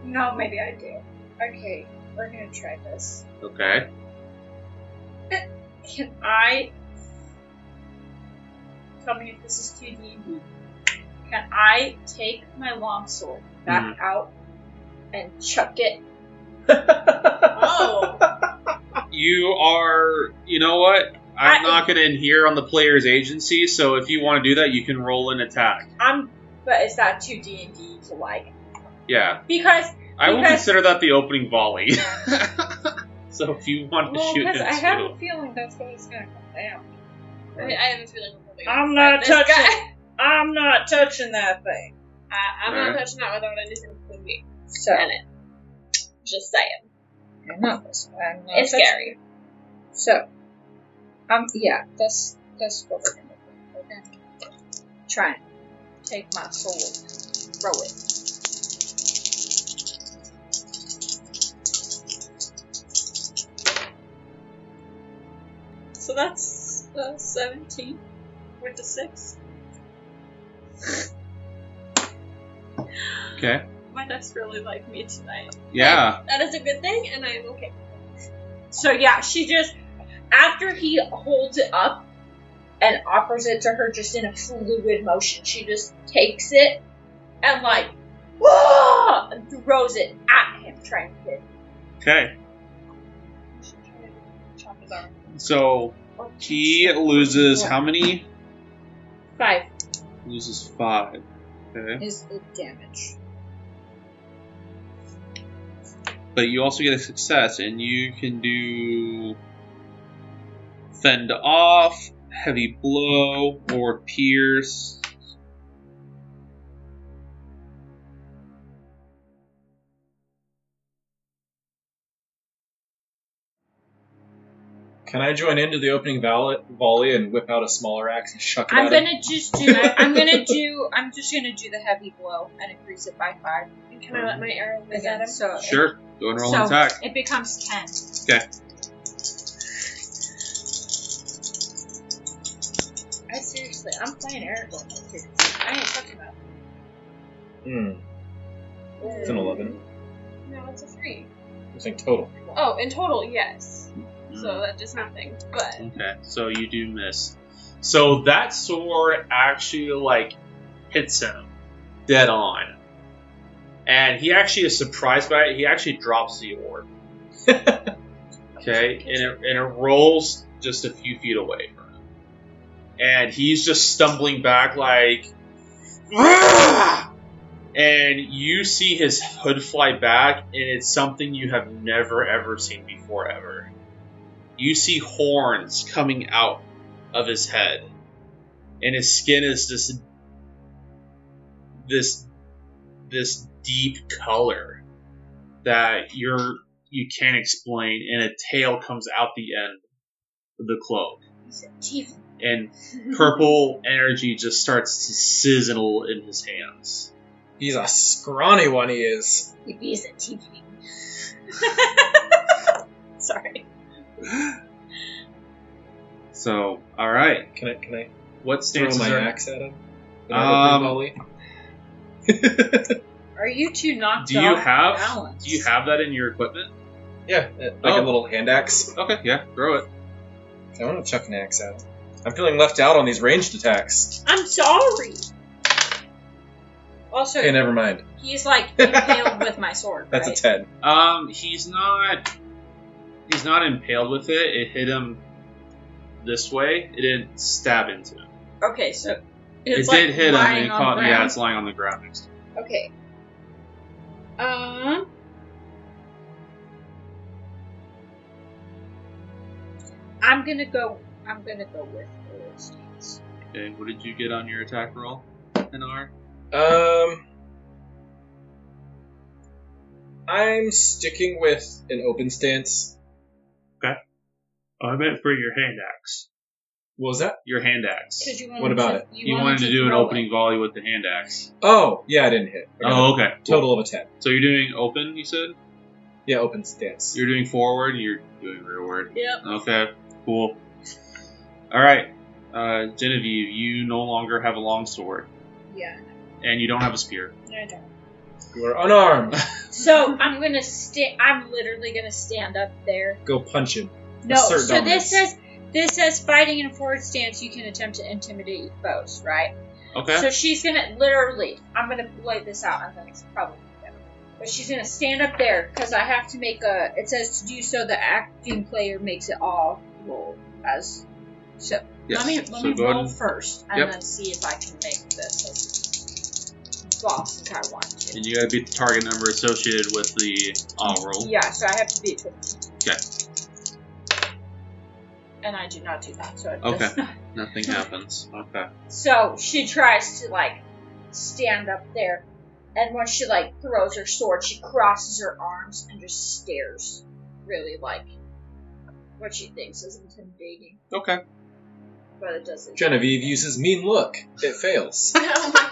D: No, maybe I do. Okay, we're gonna try this.
A: Okay.
D: Can I? Tell me if this is too deep.
E: Can I take my longsword back
D: Mm-hmm.
E: out and chuck it?
B: oh,
A: You are. You know what? I'm
E: I-
A: not going to adhere on the player's agency, so if you want to do that, you can roll an attack.
E: I'm. But is that too D and D to like?
A: Yeah,
E: Because
A: I will
E: Okay.
A: consider that the opening volley. so if you want to
D: Well,
A: shoot
D: because
A: him,
D: I
A: too.
D: have a feeling that's what it's gonna come down.
C: I, mean, I have a feeling we're probably
D: I'm
C: gonna
D: not
C: fight this
D: touching-
C: guy.
D: I'm not touching that thing.
C: I, I'm
A: Alright.
C: not touching that without anything between me
D: So
C: and it. Just saying.
D: I'm not. I'm not
C: It's
D: touching
C: scary.
D: it. So, um, yeah, that's that's what we're gonna do. We're gonna try and take my sword, throw it.
E: so that's uh, seventeen with the six.
A: Okay.
E: My decks really like me tonight.
A: Yeah.
C: That is a good thing, and I am okay.
E: So yeah, she just
D: After he holds it up and offers it to her, just in a fluid motion, she just takes it and like, "Whoa!" and throws it at him, trying to hit.
A: Okay.
D: him.
A: So he loses how many?
D: Five
A: Loses five. Okay.
D: is the damage.
A: but you also get a success, and you can do fend off, heavy blow, or pierce.
B: Can I join into the opening volley, volley and whip out a smaller axe and chuck it
E: I'm
B: at him?
E: gonna just do. I'm gonna do. I'm just gonna do the heavy blow and increase it by five.
C: And can I let my arrow
E: Is
C: whiz
E: that
C: at him?
E: so? it-
A: Sure, go and roll
E: so
A: an attack.
E: It becomes ten.
D: I seriously, I'm playing Aragorn too.
E: I ain't talking about.
B: Hmm, it's an 11.
C: No, it's a three.
B: I think total.
C: Oh, in total, yes.
A: Mm-hmm.
C: So that does nothing. But
A: Okay, so you do miss. So that sword actually like hits him dead on, and he actually is surprised by it. He actually drops the orb. okay, and it and it rolls just a few feet away from him, and he's just stumbling back like. "Ah!" And you see his hood fly back, and it's something you have never ever seen before ever you see horns coming out of his head and his skin is this this this deep color that you're you can't explain and a tail comes out the end of the cloak and purple energy just starts to sizzle in his hands
B: He's a scrawny one, he is.
E: Maybe is a TV. Sorry.
A: so all right
B: Can I, can I
A: what
B: throw
A: stances
B: my
A: are
B: axe at him? An
A: Um,
B: opening volley?
D: Are you two knocked
A: do you
D: off
A: have
D: balance?
A: do you have that in your equipment
B: yeah, uh, like
A: Oh.
B: a little hand axe.
A: okay yeah throw it
B: I want to chuck an axe at him. I'm feeling left out on these ranged attacks.
E: I'm sorry. Also,
B: Okay, never mind.
E: he's like impaled with my sword.
B: That's
E: right?
B: a 10.
A: Um, he's not. He's not impaled with it. It hit him this way. It didn't stab into him.
E: okay, so
A: It
E: it's like
A: did hit him.
E: lying
A: And it
E: on
A: caught,
E: the
A: yeah,
E: ground.
A: it's lying on the ground next. to him.
D: Okay. Uh, Um. I'm gonna go. I'm gonna go with oral stance.
A: Okay, what did you get on your attack roll, NR?
B: Um, I'm sticking with an open stance.
A: Oh, I meant for your hand axe.
B: What was that?
A: Your hand axe.
D: Because you wanted
B: What about
D: to,
B: it?
A: You, wanted to do an
D: throw
A: opening volley with the hand axe.
B: Oh, yeah, I didn't hit. I got
A: Oh, okay.
B: a total of a ten.
A: So you're doing open, you said?
B: Yeah, open stance.
A: You're doing forward, you're doing rearward.
E: Yep.
A: Okay, cool. Alright, uh, Genevieve, you no longer have a longsword,
D: it. Yeah.
A: and you don't have a spear.
D: No, I don't.
B: You are unarmed.
D: So I'm gonna stand. I'm literally gonna stand up there.
B: Go punch him.
D: No.
B: Assert
D: so
B: dominance.
D: this says this says fighting in a forward stance. You can attempt to intimidate your foes, right?
A: Okay.
D: So she's gonna literally. I'm gonna lay this out. I think it's probably better. But she's gonna stand up there because I have to make a. It says to do so. The acting player makes it all roll as. So
A: Yes.
E: Let me let
A: so
E: me
A: go
E: roll
A: ahead
E: first and
A: Yep.
E: then see if I can make this as boss as I want
A: and,
E: to.
A: and you gotta beat the target number associated with the all roll.
E: Yeah, so I have to be a 20.
A: Okay.
E: And I do not do that, so it
A: Okay.
E: does not.
A: Nothing happens. Okay.
D: so she tries to like stand up there, and when she like throws her sword, she crosses her arms and just stares, really like what she thinks is intimidating,
A: Okay.
D: but it doesn't.
B: Genevieve uses mean look. It fails.
C: Oh my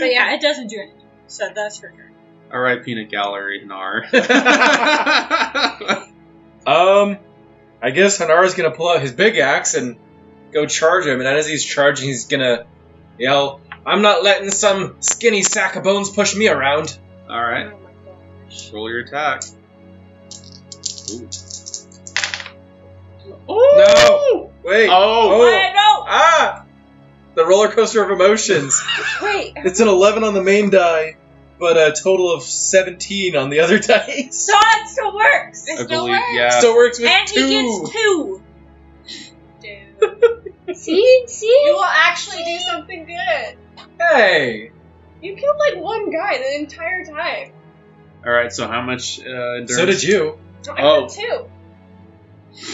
E: But yeah, it doesn't do anything. So that's her turn.
A: Alright, Peanut Gallery, Nar.
B: Um, I guess Hanara's gonna pull out his big axe and go charge him, and as he's charging, he's gonna yell, I'm not letting some skinny sack of bones push me around.
A: Alright, roll your attack. Ooh.
B: No! Wait!
A: Oh!
B: Wait, no! Ah! The roller coaster of emotions.
D: Wait,
B: it's an 11 on the main die, but a total of 17 on the other dice.
E: So it still works!
A: I believe, yeah.
B: Still works with
E: And
B: two.
E: he gets two!
D: see, see.
C: You will actually do something good.
B: hey!
C: You killed like one guy the entire time.
A: Alright, so how much uh, endurance?
B: So did you.
C: I
A: Oh.
C: killed two.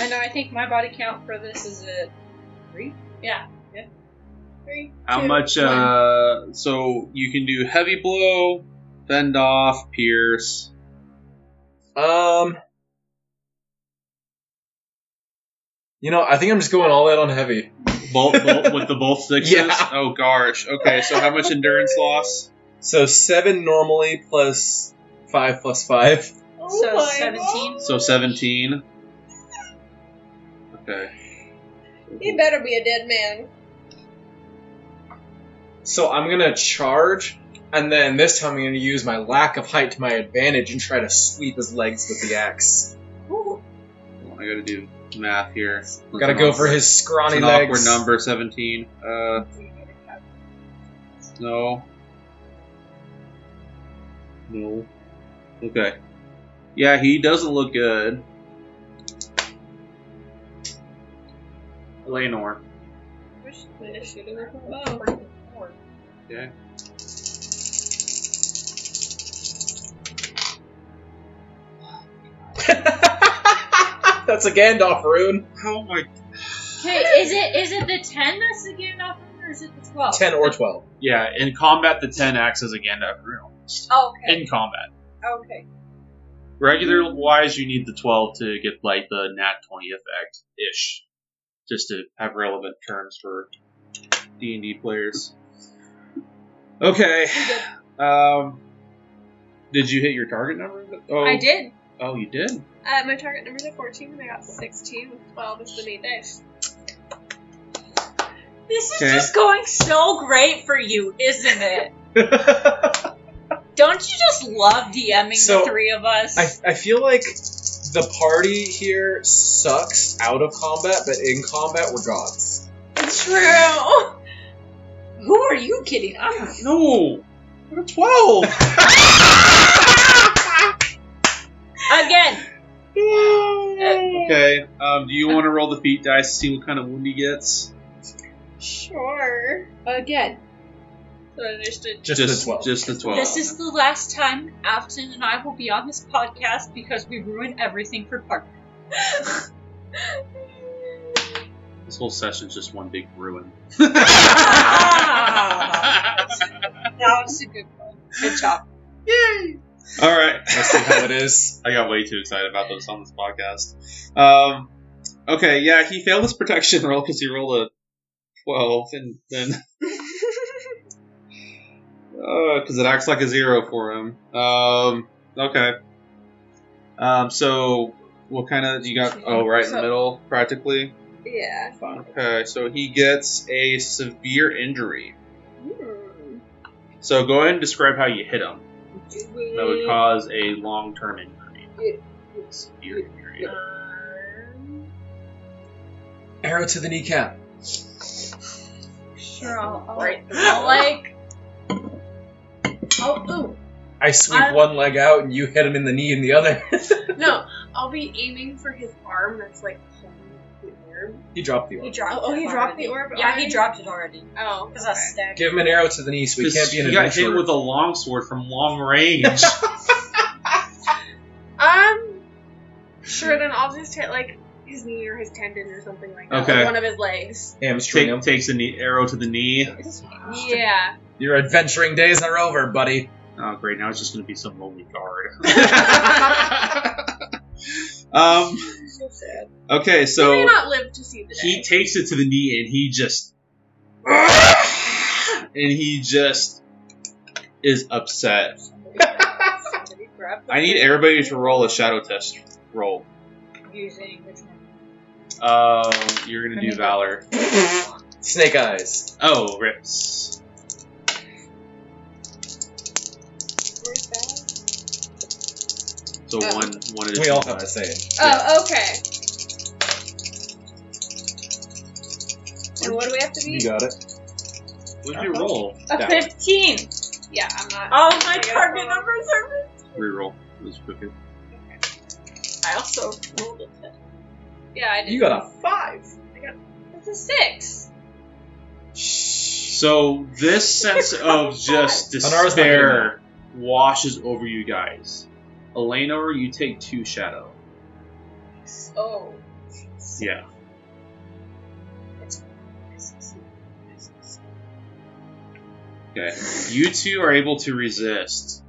D: I know. I think my body count for this is a three.
C: Three.
A: How
C: two,
A: much?
C: one.
A: Uh, so you can do heavy blow, fend off, pierce.
B: Um. You know, I think I'm just going all in on heavy.
A: Bolt, bolt with the both sixes.
B: Yeah.
A: Oh gosh. Okay. So how much endurance loss?
B: So seven normally plus five plus five.
C: Oh
E: so
C: my
E: 17.
A: So seventeen. Okay.
C: God. He better be a dead man.
B: So I'm gonna charge, and then this time I'm gonna use my lack of height to my advantage and try to sweep his legs with the axe.
A: Well, I gotta do math here.
B: Gotta go for his
A: It's
B: scrawny
A: an
B: legs.
A: awkward number. Seventeen. Uh. No. No. Okay. Yeah, he doesn't look good. Eleanor. Okay.
B: That's a Gandalf rune.
A: Oh my.
D: Okay, is it is it the ten that's the Gandalf room, or is it the twelve?
B: Ten or twelve.
A: Yeah, in combat, the 10 acts as a Gandalf rune. almost.
D: Oh, okay.
A: In combat.
D: okay.
A: Regular wise, you need the 12 to get, like, the nat 20 effect ish. Just to have relevant terms for D&D players. Okay. Um, did you hit your target number? Oh,
D: I did.
A: Oh, you did?
C: Uh, my target numbers are 14 and I got 16 with 12 is the main dice.
E: This is
A: Okay.
E: just going so great for you, isn't it?
B: I,
E: Don't you just love DMing
B: So,
E: the three of us?
B: I feel like the party here sucks out of combat, but in combat we're gods.
E: True. Who are you kidding? I'm
A: No! I got 12!
E: again.
A: okay, um, do you want to roll the feet dice to see what kind of wound he gets?
C: Sure.
D: Again.
E: So understood.
B: Just, the twelve.
A: Just the 12.
E: This is the last time Afton and I will be on this podcast because we ruin everything for Parker.
A: This whole session's just one big ruin.
E: That was a good one. Good job.
A: All right.
B: Let's see how it is.
A: I got way too excited about this on this podcast. Um, okay, yeah, he failed his protection roll because he rolled a 12, and then. Because Uh, it acts like a zero for him. Um, okay. Um, so, what kind of. You got. Oh, right in the
E: So-
A: middle, practically.
E: Yeah.
A: Okay, so he gets a severe injury.
F: Hmm.
A: So, go ahead and describe how you hit him.
F: Do we?
A: That
C: Mm.
A: would cause a long term injury.
F: It-
A: Severe injury.
F: Um,
B: Arrow to the kneecap.
E: Sure, I'll, I'll,
F: Right.
E: I'll like. Oh,
B: I sweep
E: I-
B: one leg out and you hit him in the knee in the other.
F: no, I'll be aiming for his arm that's like holding the orb.
B: he dropped the
E: ooh. He
B: arm.
E: dropped
C: Oh,
E: it
C: he dropped the
E: already.
C: orb
E: Yeah,
C: already?
E: he dropped it already.
C: Oh.
E: Because I stabbed
B: Give him an arrow to the knee so he can't be an
A: he got hit
B: adventurer.
A: with a longsword from long range.
C: Um. Sure, then I'll just hit like his knee or his tendon or something like that.
A: Okay.
C: Like one of his legs.
B: Hamstring
A: Take,
B: him.
A: takes an arrow to the knee.
C: Yeah.
B: Your adventuring days are over, buddy.
A: Oh, great! Now it's just gonna be some lonely guard. um.
E: So sad.
A: Okay,
C: he may
A: so
C: not live to see the day.
A: he takes it to the knee, and he just, and he just is upset.
E: Somebody grabbed the
A: I need
E: thing
A: everybody to roll a shadow test roll.
E: Using which one?
A: Um, you're gonna do valor.
B: Snake eyes.
A: Oh, rips.
E: Where's that?
A: So
C: Oh.
A: one, one is
B: We all have the same.
C: Oh, okay. And what do we have to be?
B: You got it.
A: What'd you roll?
E: A
A: Yeah.
E: fifteen.
C: Yeah, I'm not.
E: All
C: I
E: my
C: gotta
E: target
C: roll on.
E: numbers are.
A: Reroll. It was crooked.
E: I also rolled a ten.
C: Yeah, I did.
B: You got a
C: five. I got. That's a six.
A: So this sense of just
B: Honara's not getting
A: despair washes over you guys. Eleanor, you take two shadow.
E: Oh.
A: Yeah. Okay. You two are able to resist.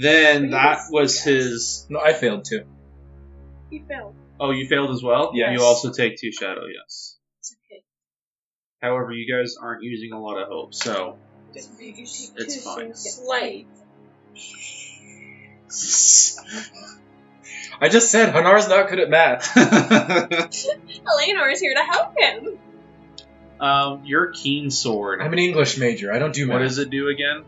A: Then that was his.
B: No, I failed too.
C: He failed.
A: Oh, you failed as well.
B: Yes.
A: You also take two shadow. Yes.
E: It's okay.
A: However, you guys aren't using a lot of hope, so It's
E: It's
A: fine.
E: Slay.
B: I just said Hanar's not good at math.
C: Eleanor is here to help him.
A: um, your keen sword.
B: I'm an English major. I don't do math.
A: what does it do again?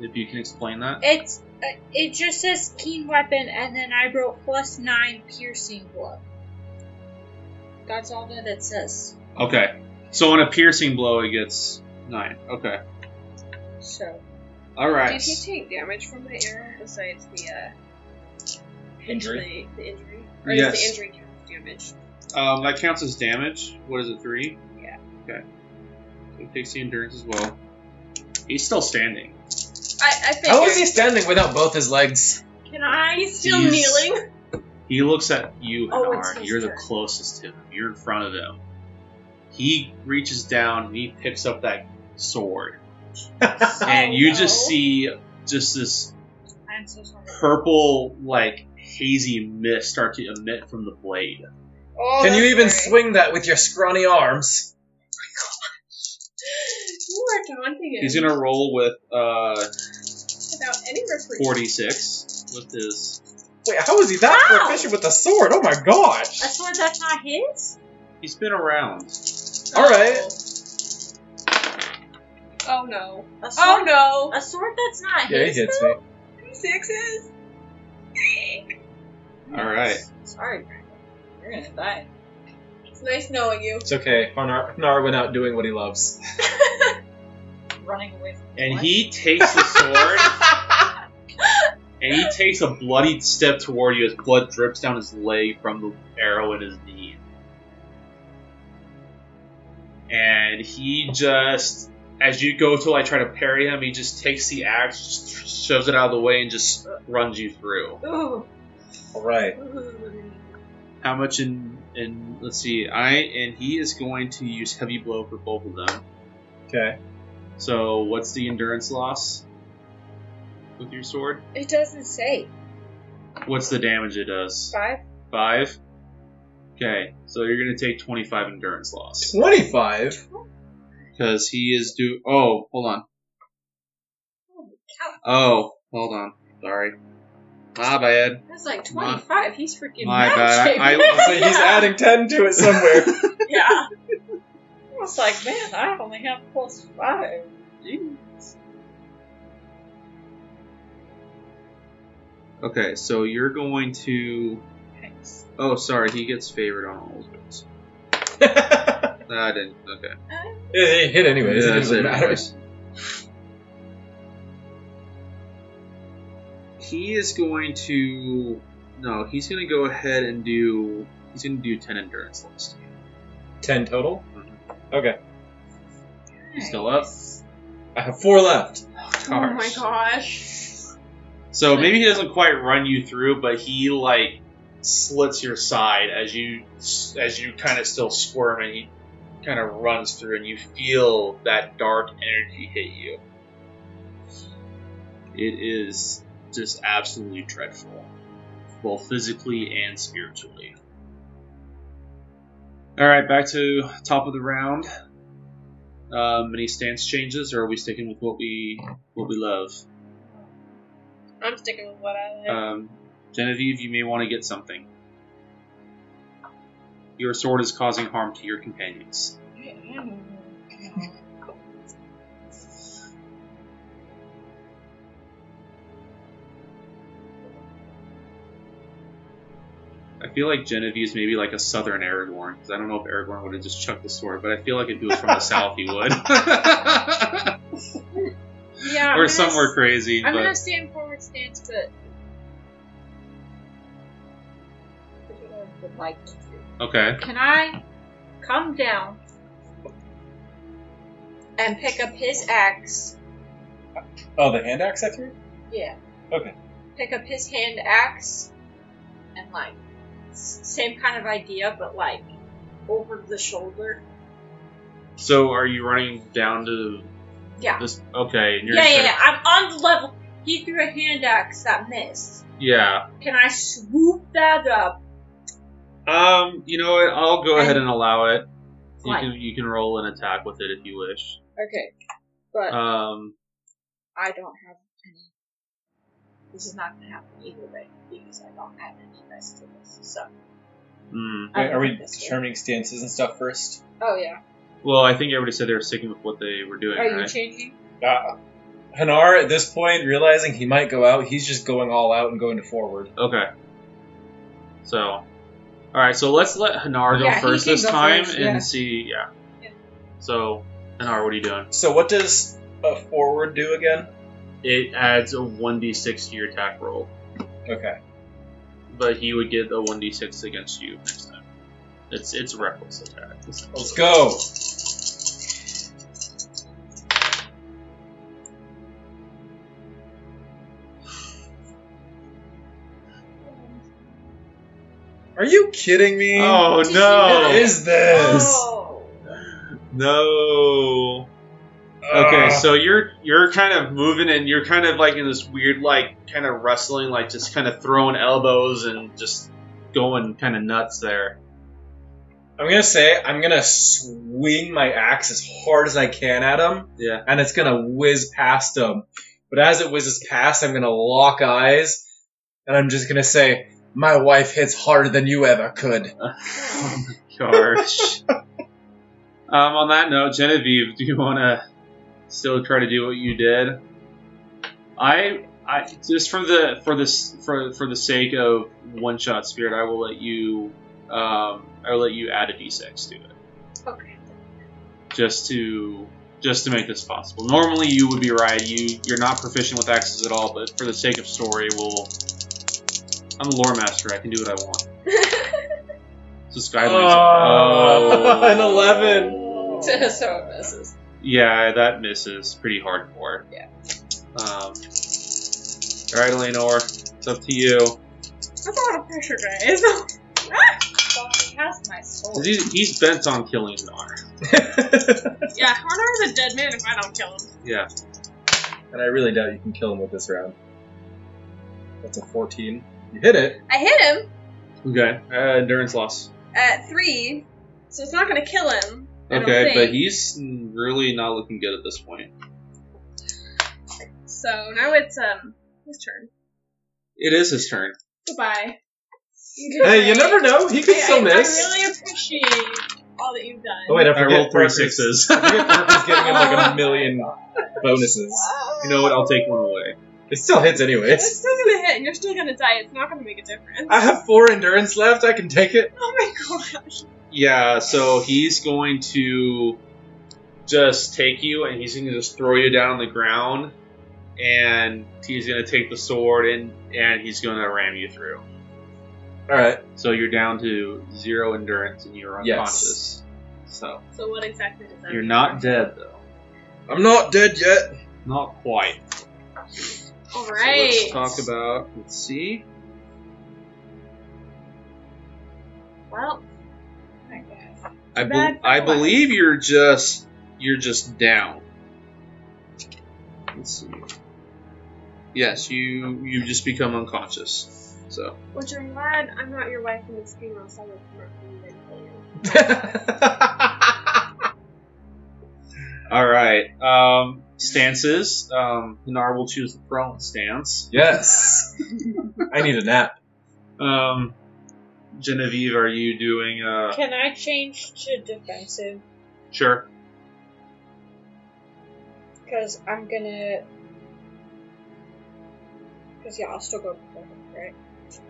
A: If you can explain that.
D: It's uh, it just says keen weapon, and then I wrote plus nine piercing blow. That's all that it says.
A: Okay. So on a piercing blow, it gets nine. Okay.
D: So
A: All right.
C: Did he take damage from the arrow besides the uh,
B: Injury.
C: The, the injury? Or
A: Yes.
C: does the injury count as damage?
A: Um, that counts as damage. What is it? Three.
C: Yeah.
A: Okay. So he takes the endurance as well. He's still standing.
C: I, I think.
B: How is he standing without both his legs?
C: Can I? He's still
A: He's-
C: kneeling.
A: He looks at you,
E: Oh,
A: Hanar.
E: it's his
A: You're the
E: turn.
A: closest to him. You're in front of him. He reaches down and he picks up that sword,
E: Oh,
A: and you just
C: no.
A: see just this
D: I'm so sorry.
A: purple, like hazy mist start to emit from the blade.
C: Oh,
B: Can you
C: that's
B: even
C: right.
B: swing that with your scrawny arms?
C: You are taunting him.
A: He's gonna roll with uh
C: without any reprieve.
A: 46 with his.
B: Wait, how is he that
E: Ow!
B: proficient with a sword? Oh my gosh!
E: A sword that's not his?
A: He's been around.
B: All right.
C: Oh no.
E: A sword,
C: Oh no.
E: A sword that's not
B: Yeah, he
E: his?
B: hits me.
C: Two sixes.
A: All right.
E: Sorry, Brandon. You're gonna die.
C: It's nice knowing you.
B: It's okay. Hanar, Hanar went out doing what he loves.
E: Running away from
A: And
E: what?
A: he takes the sword. and he takes a bloodied step toward you as blood drips down his leg from the arrow in his knee. And he just, as you go to like try to parry him, he just takes the axe, just shoves it out of the way, and just runs you through.
E: Ooh.
B: All right.
A: How much in in let's see, I and he is going to use heavy blow for both of them.
B: Okay.
A: So what's the endurance loss with your sword?
D: It doesn't say.
A: What's the damage it does?
D: Five?
A: Five. Okay, so you're gonna take twenty five endurance loss
B: Twenty-five.
A: because he is do. Oh, hold on. Oh, hold on. Sorry. My bad.
E: That's like 25. He's freaking
A: My
E: magic.
A: bad. I-
B: So he's adding ten to it somewhere.
E: yeah.
D: I was like, man, I only have plus five. Jeez.
A: Okay, so you're going to.
D: Thanks.
A: Oh, sorry. He gets favored on all of those.
B: it,
A: Nah, I didn't. Okay.
B: it hit anyway.
A: Yeah,
B: it
A: that's it,
B: doesn't matter.
A: anyways. He is going to no. He's going to go ahead and do. He's going to do ten endurance list.
B: Ten total. Okay.
A: Still up.
B: I have four left.
E: Oh my
A: Gosh.
E: gosh.
A: So maybe he doesn't quite run you through, but he like slits your side as you as you kind of still squirm, and he kind of runs through, and you feel that dark energy hit you. It is just absolutely dreadful, both physically and spiritually. All right, back to top of the round. Um, any stance changes, or are we sticking with what we what we love?
D: I'm sticking with what I like.
A: Um, Genevieve, you may want to get something. Your sword is causing harm to your companions. I feel like Genevieve's maybe like a southern Aragorn, because I don't know if Aragorn would have just chucked the sword, but I feel like if he was from the south, he would.
D: yeah, I'm
A: or
D: gonna
A: somewhere
D: s-
A: crazy.
D: I'm
A: but...
D: gonna stand forward stance, but
E: That's what I would like to do.
A: Okay.
E: Can I come down and pick up his axe?
B: Oh, the hand axe I threw.
E: Yeah.
B: Okay.
E: Pick up his hand axe and like s- same kind of idea, but like over the shoulder.
A: So are you running down to
E: Yeah.
A: this? Okay. And you're
E: yeah,
A: just
E: yeah,
A: gonna-
E: yeah. I'm on the level. He threw a hand axe that missed.
A: yeah.
E: Can I swoop that up?
A: Um, you know what? I'll go ahead and allow it. You
E: Why?
A: can you can roll an attack with it if you wish.
E: Okay, but
A: Um,
E: I don't have any. This is not gonna happen either way because I don't have any dice to this. So.
A: mm.
E: I
B: Wait, are
E: don't
B: we
E: think this
B: determining stances and stuff first?
E: Oh yeah.
A: well, I think everybody said they were sticking with what they were doing,
D: are you
A: right?
D: changing?
B: Uh, Hanar, at this point, realizing he might go out, he's just going all out and going to forward.
A: okay. So, all right. So let's let Hanar go
E: Yeah, he
A: first
E: can
A: this
E: go
A: time
E: first,
A: and
E: yeah.
A: see. Yeah.
E: Yeah.
A: So, Hanar, what are you doing?
B: So, what does a forward do again?
A: It adds a one d six to your attack roll,
B: Okay.
A: but he would get a one d six against you next time. It's it's reckless attack.
B: Let's go. Are you kidding me?
A: Oh
B: What
A: no!
B: is this?
E: Oh.
A: No.
B: Ah. Uh,
A: Okay, so you're you're kind of moving and you're kind of like in this weird like kind of wrestling, like just kind of throwing elbows and just going kind of nuts there.
B: I'm gonna say I'm gonna swing my axe as hard as I can at him,
A: Yeah.
B: and it's gonna whiz past him. But as it whizzes past, I'm gonna lock eyes, and I'm just gonna say, "My wife hits harder than you ever could."
A: oh my gosh. um, on that note, Genevieve, do you want to still try to do what you did? I I just for the for this for for the sake of one shot spirit, I will let you um I will let you add a d6 to it.
E: Okay.
A: just to just to make this possible. Normally, you would be right. You you're not proficient with axes at all, but for the sake of story, we'll. I'm a lore master. I can do what I want. So Skylands.
B: Oh, an 11.
C: Oh.
D: so it misses.
A: Yeah, that misses pretty hardcore.
D: Yeah.
A: Um, all right, Eleanor, it's up to you.
C: That's a lot of pressure, guys.
D: Buffy has my soul.
A: 'Cause He's, he's bent on killing Connor.
C: yeah, Connor is a dead man if I don't kill him.
A: Yeah.
B: and I really doubt you can kill him with this round. That's a 14. You hit it.
C: I hit him
A: Okay. Uh, endurance loss.
C: at three, so it's not gonna kill him. I don't
A: Okay, but
C: think.
A: he's really not looking good at this point.
C: So now it's um his turn.
A: It is his turn.
C: Goodbye. You
B: Hey, you never know. He could
C: I,
B: still
C: I-
B: miss.
C: I really appreciate all that you've done.
B: Oh wait, I
A: I
B: forget.
A: rolled three
B: Parker's-
A: sixes.
B: I forget Parker's getting like a million bonuses.
A: You know what? I'll take one away.
B: It still hits
C: It's
B: anyways.
C: still gonna hit, and you're still gonna die. It's not gonna make a difference.
B: I have four endurance left. I can take it.
C: oh my gosh.
A: Yeah, so he's going to just take you and he's going to just throw you down on the ground and he's going to take the sword and, and he's going to ram you through.
B: All right.
A: So you're down to zero endurance and you're
B: Yes.
A: unconscious. So
C: So what exactly does that?
A: you're
C: mean?
A: not dead though.
B: I'm not dead yet.
A: Not quite.
C: All
A: So
C: right.
A: let's talk about. Let's see.
C: Well,
A: I, be-
C: Bad for
A: I
C: what?
A: believe you're just you're just down. Let's see. Yes, you you just become unconscious. So
C: which I'm glad I'm not your wife in this funeral, so I would come up and then kill you.
A: all right. Um, stances. Um, Hinar will choose the prone stance.
B: yes. I need a nap.
A: Um, Genevieve, are you doing? Uh,
D: Can I change to defensive?
A: sure.
D: Because I'm gonna. Because yeah, I'll still go before him, right?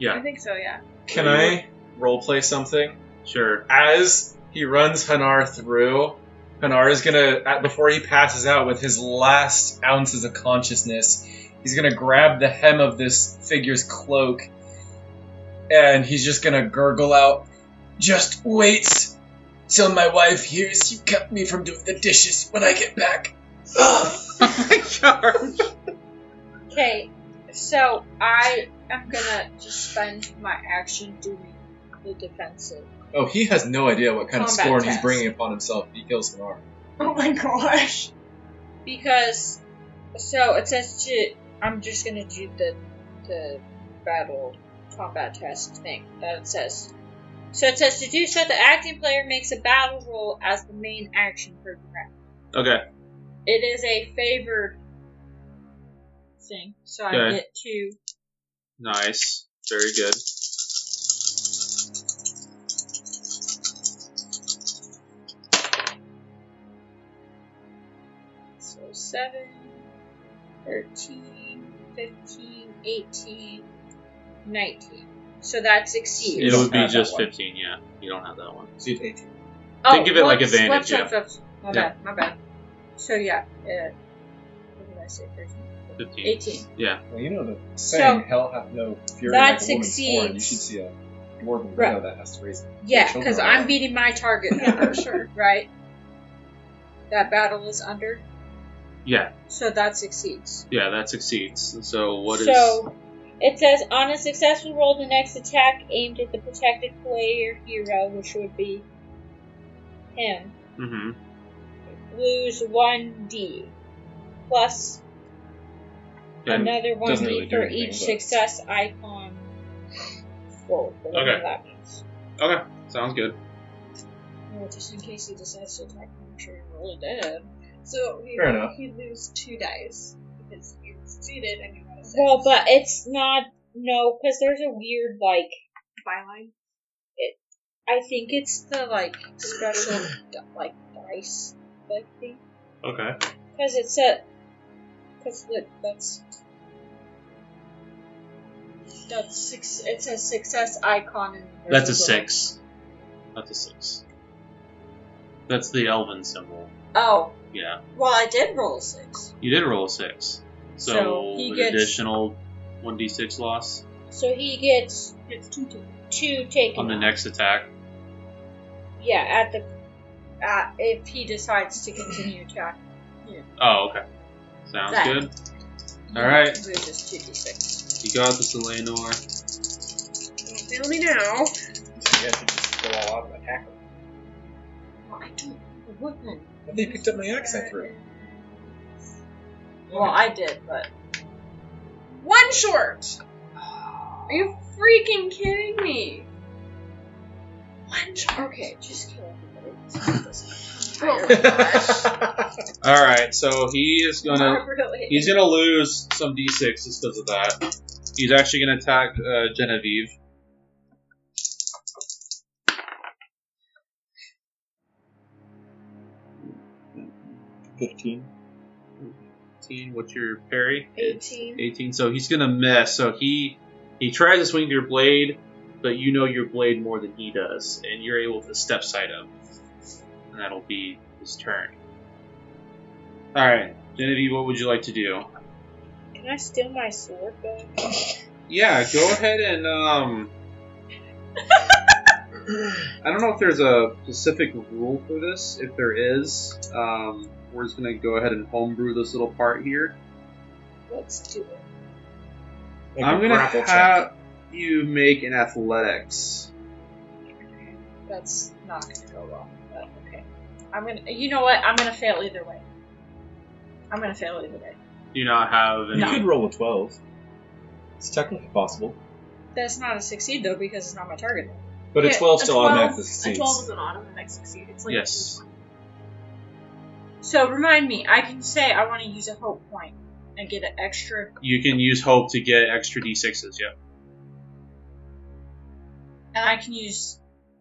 A: Yeah.
C: I think so. Yeah.
B: Can I roleplay something?
A: Sure.
B: As he runs Hanar through, Hanar is gonna at- before he passes out with his last ounces of consciousness, he's gonna grab the hem of this figure's cloak, and he's just gonna gurgle out, "Just wait till my wife hears you kept me from doing the dishes when I get back."
D: Okay, so I am gonna just spend my action doing the defensive.
B: Oh, he has no idea what kind of
D: Combat
B: scorn he's
D: test.
B: bringing upon himself. if He kills Hanar.
C: Oh my gosh.
D: Because. So it says to. I'm just gonna do the. The battle combat test thing that it says. So it says to do so, the acting player makes a battle roll as the main action for the round.
A: Okay.
D: It is a favored thing, so I
A: Okay.
D: get to.
A: Nice. Very good.
D: So 7, 13, 15, 18, 19. So that
A: It
D: succeeds.
B: You don't
A: would be
B: have that
A: just
B: one.
A: 15. Yeah. You don't have that one.
B: So you'd hate him.
A: think of it like
D: Oh, whoops,
A: advantage,
D: whoops,
A: yeah.
D: whoops, whoops. My
A: Yeah.
D: bad, my bad. So yeah, uh, what did I say? 13?
A: 15.
D: 18.
B: Well, you know the
D: saying,
B: "Hell hath no fury
D: that like a woman's succeeds. scorn." You should
B: see a dwarven
D: widow Right.
B: that has to raise.
D: Yeah,
B: children
D: because
B: are
D: I'm
B: out.
D: beating my target number, sure. right? That battle is under,
A: Yeah.
D: so that succeeds.
A: Yeah. That succeeds. And So what is?
D: so it says on a successful roll, the next attack aimed at the protected player hero, which would be him,
A: hmm
D: lose one D plus
A: And
D: another one D
B: doesn't really do
D: for
B: anything,
D: each
B: but-
D: success icon roll. Whatever
A: Okay.
D: that means.
A: okay, sounds good.
D: Well, just in case he decides to attack, me, I'm sure he really did.
C: So he,
B: Fair enough.
C: he lose two dice because you succeeded and you got a six.
D: Well, but it's not no, because there's a weird like.
C: byline.
D: I think it's the like special like dice like thing.
A: Okay.
D: Because it's a. Because look, that's. That's six. It's a success icon. And
A: That's a six. That's a six. That's the elven symbol.
D: Oh,
A: Yeah,
D: well, I did roll a six.
A: you did roll a six, so,
D: So he
A: an
D: gets-
A: additional one d six loss
D: So he gets
C: It's two two.
D: two taken.
A: on the
D: off.
A: next attack.
D: Yeah, at the. At, if he decides to continue attack.
A: Oh, okay. Sounds
D: That.
A: good. All right.
D: Loses two d six.
A: You got this, Eleanor.
C: Don't fail me now.
B: So you guys should just go all out and attack them.
F: Well, I don't have a weapon.
B: But they picked up my axe I threw.
E: Well, I did, but
C: One short. Are you freaking kidding me?
F: One shot. Okay, just kill
C: Oh
F: everybody.
C: my gosh.
A: All right, so he is gonna
E: really.
A: he's gonna lose some d6 just because of that. He's actually gonna attack uh, Genevieve.
H: Fifteen.
A: 18, what's your parry?
D: 18.
A: 18. So he's gonna miss. So he he tries to swing your blade, but you know your blade more than he does, and you're able to step side up, and that'll be his turn. All right, Genevieve, what would you like to do?
D: Can I steal my sword though?
A: Yeah, go ahead and um. I don't know if there's a specific rule for this. If there is, um, we're just gonna go ahead and homebrew this little part here.
D: Let's do it.
B: Like
A: I'm
B: a
A: gonna
B: grapple
A: have
B: check.
A: you make an athletics.
E: That's not gonna go well. But okay. I'm gonna. You know what? I'm gonna fail either way. I'm gonna fail either way.
A: Do not have
H: You
A: any.
H: could roll a twelve. It's technically possible,
E: That's not a succeed though because it's not my target.
H: but a
E: Yeah,
H: twelve still
E: 12
H: automatically
E: A twelve
H: succeeds.
E: is an automatic succeed. It's like
A: Yes.
E: So remind me, I can say I want to use a hope point and get an extra,
A: You can use hope to get extra d6s, yeah.
E: and I can use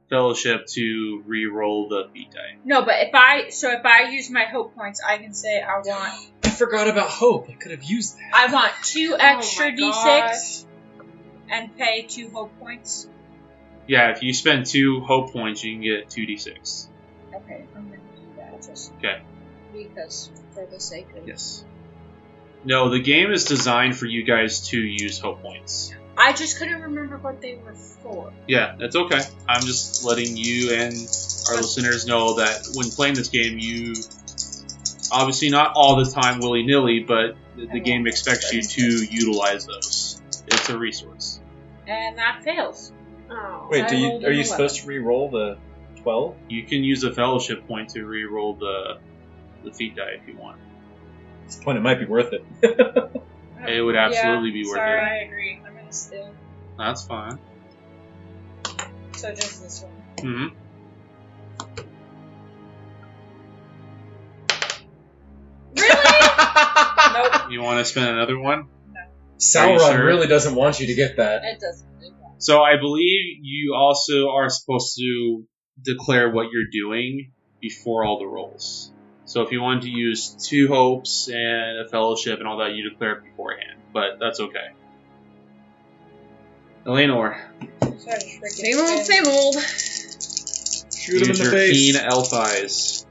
A: Fellowship to re-roll the feet die.
E: no. But if I so if I use my hope points, I can say I want
B: I forgot about hope. I could have used that.
E: I want two extra
C: my
E: d6 and pay two hope points.
A: Yeah, if you spend two hope points, you can get two d6.
D: Okay, I'm gonna do that just
A: Okay.
D: because for the sake of
A: Yes. No, the game is designed for you guys to use hope points.
E: I just couldn't remember what they were for.
A: Yeah, that's okay. I'm just letting you and our listeners know that when playing this game, you obviously not all the time willy nilly, but the, the game expects you to utilize those. It's a resource.
E: And that fails.
C: Oh.
H: Wait, do
E: I
H: you
E: rolled
H: are
E: an
H: you supposed to re-roll the twelve?
A: You can use a fellowship point to re-roll the the feet die if you want.
H: At this point, it might be worth it.
A: It would absolutely be worth
D: sorry,
A: it.
D: I agree. I'm gonna steal.
A: That's fine.
D: So just this one.
A: hmm
E: Nope.
A: You want to spend another one?
B: Sauron
A: sure?
B: really doesn't want you to get that.
D: It doesn't.
A: So I believe you also are supposed to declare what you're doing before all the rolls. So if you wanted to use two hopes and a fellowship and all that, you declare it beforehand. But that's okay. Eleanor,
D: So I just freaking
C: Same old, same old.
B: Shoot him in
A: use
B: the
A: your
B: face.
A: keen elf eyes.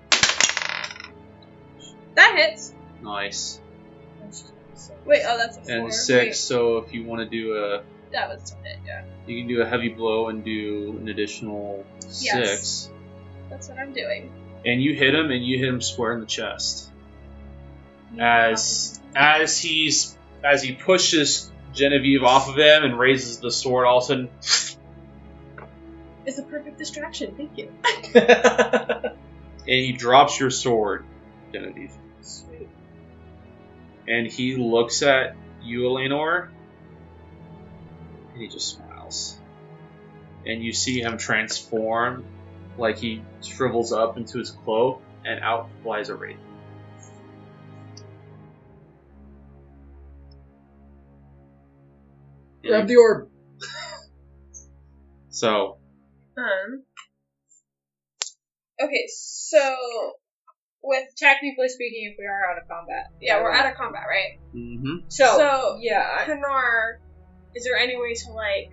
C: That hits.
A: Nice.
C: Wait, oh, that's a four.
A: And
C: Wait,
A: six. So if you want to do a,
C: that was a hit, yeah.
A: you can do a heavy blow and do an additional six.
C: That's what I'm doing.
A: and you hit him and you hit him square in the chest as as he's as he pushes Genevieve off of him and raises the sword all of a sudden
C: It's a perfect distraction. Thank you.
A: and he drops your sword Genevieve and he looks at you Eleanor and he just smiles and you see him transform like he shrivels up into his cloak and out flies a wraith
B: Grab the orb.
A: so
C: Um. Okay, so with
D: Technically speaking, if we are out of combat.
C: yeah, we're out of combat, right?
A: mm-hmm.
D: So,
C: so uh,
D: yeah.
C: Hanar, is there any way to like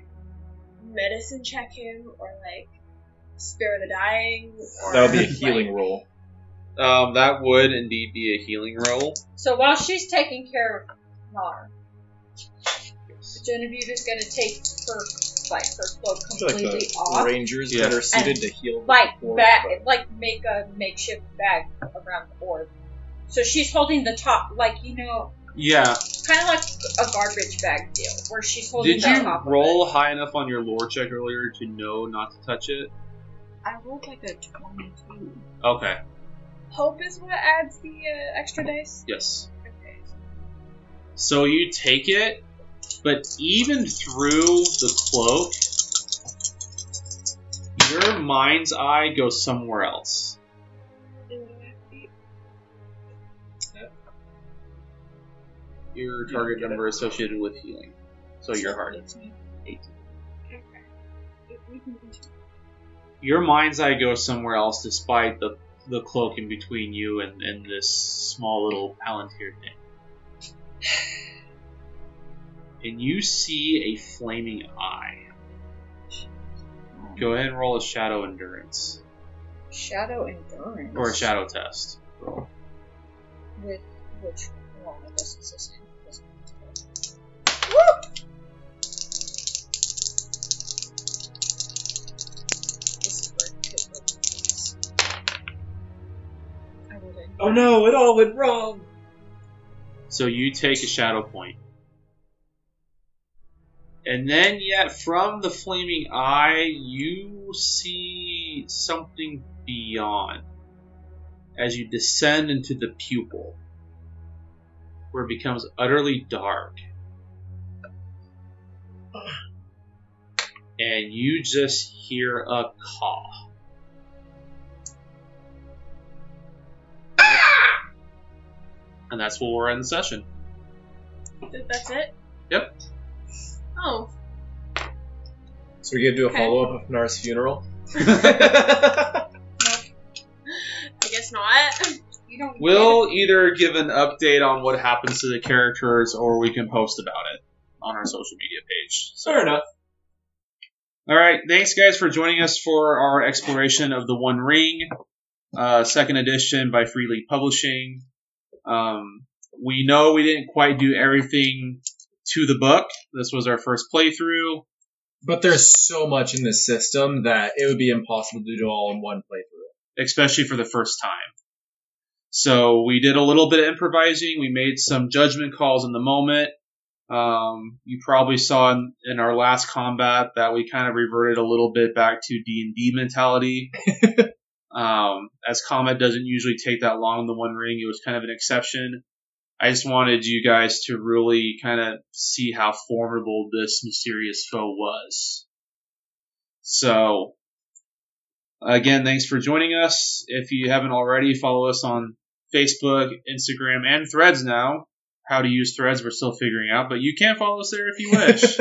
C: medicine check him or like spare the dying? Or,
H: That would be a
C: like-
H: healing roll.
A: Um, that would indeed be a healing roll.
D: So while she's taking care of Nar, Genevieve is gonna take her like her cloak
H: I feel like
D: completely
H: the
D: off,
H: rangers
A: Yeah.
H: that are seated to heal. the
D: like
H: orb,
D: bag, like make a makeshift bag around the orb. So she's holding the top, like you know,
A: Yeah.
E: Kind of like a garbage bag deal, where she's holding
A: Did
E: the
A: you
E: top of
A: roll high enough on your lore check earlier to know not to touch it?
F: I rolled like a 22.
A: Okay.
C: Hope is what adds the uh, extra dice.
A: Yes. So you take it, but even through the cloak, your mind's eye goes somewhere else. Your target number associated with healing. So your heart. Your mind's eye goes somewhere else despite the, the cloak in between you and, and this small little palantir thing. And you see a flaming eye. Go ahead and roll a shadow endurance.
D: Shadow endurance.
A: Or a shadow test.
D: With which one? I guess it's the same. Doesn't matter. This is where it could go to this. I rolled a
H: Oh no, it all went wrong!
A: So you take a shadow point. And then, yet, from the flaming eye, you see something beyond. As you descend into the pupil, where it becomes utterly dark. And you just hear a cough. And that's where we're in the session.
C: Th- That's it.
A: Yep.
C: Oh,
B: So we get to do a
C: Okay.
B: follow up of Nara's funeral.
C: I guess not.
D: You don't
A: We'll either give an update on what happens to the characters or we can post about it on our social media page. So,
B: Fair enough.
A: all right. Thanks, guys, for joining us for our exploration of The One Ring, uh, second edition by Freely Publishing. Um, we know we didn't quite do everything to the book. This was our first playthrough.
B: But there's so much in this system that it would be impossible to do it all in one playthrough.
A: especially for the first time. So we did a little bit of improvising. We made some judgment calls in the moment. Um, you probably saw in, in our last combat that we kind of reverted a little bit back to D and D mentality. um, as combat doesn't usually take that long in the One Ring, it was kind of an exception. I just wanted you guys to really kind of see how formidable this mysterious foe was. So, Again, thanks for joining us. If you haven't already, follow us on Facebook, Instagram, and Threads now. How to use Threads, we're still figuring out, but you can follow us there if you wish.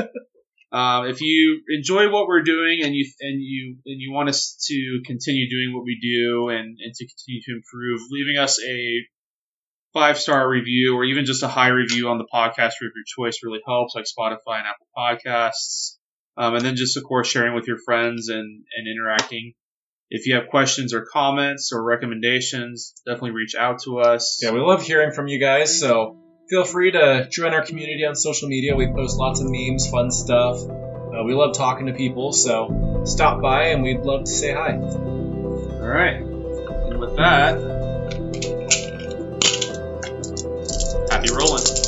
A: um, if you enjoy what we're doing and you and you and you want us to continue doing what we do and, and to continue to improve, leaving us a five star review or even just a high review on the podcast of your choice really helps, like Spotify and Apple Podcasts. Um, and then just of course sharing with your friends and, and interacting. If you have questions or comments or recommendations, definitely reach out to us.
B: Yeah, we love hearing from you guys, so feel free to join our community on social media. We post lots of memes, fun stuff. Uh, we love talking to people, so stop by and we'd love to say hi.
A: All right. And with that, happy rolling.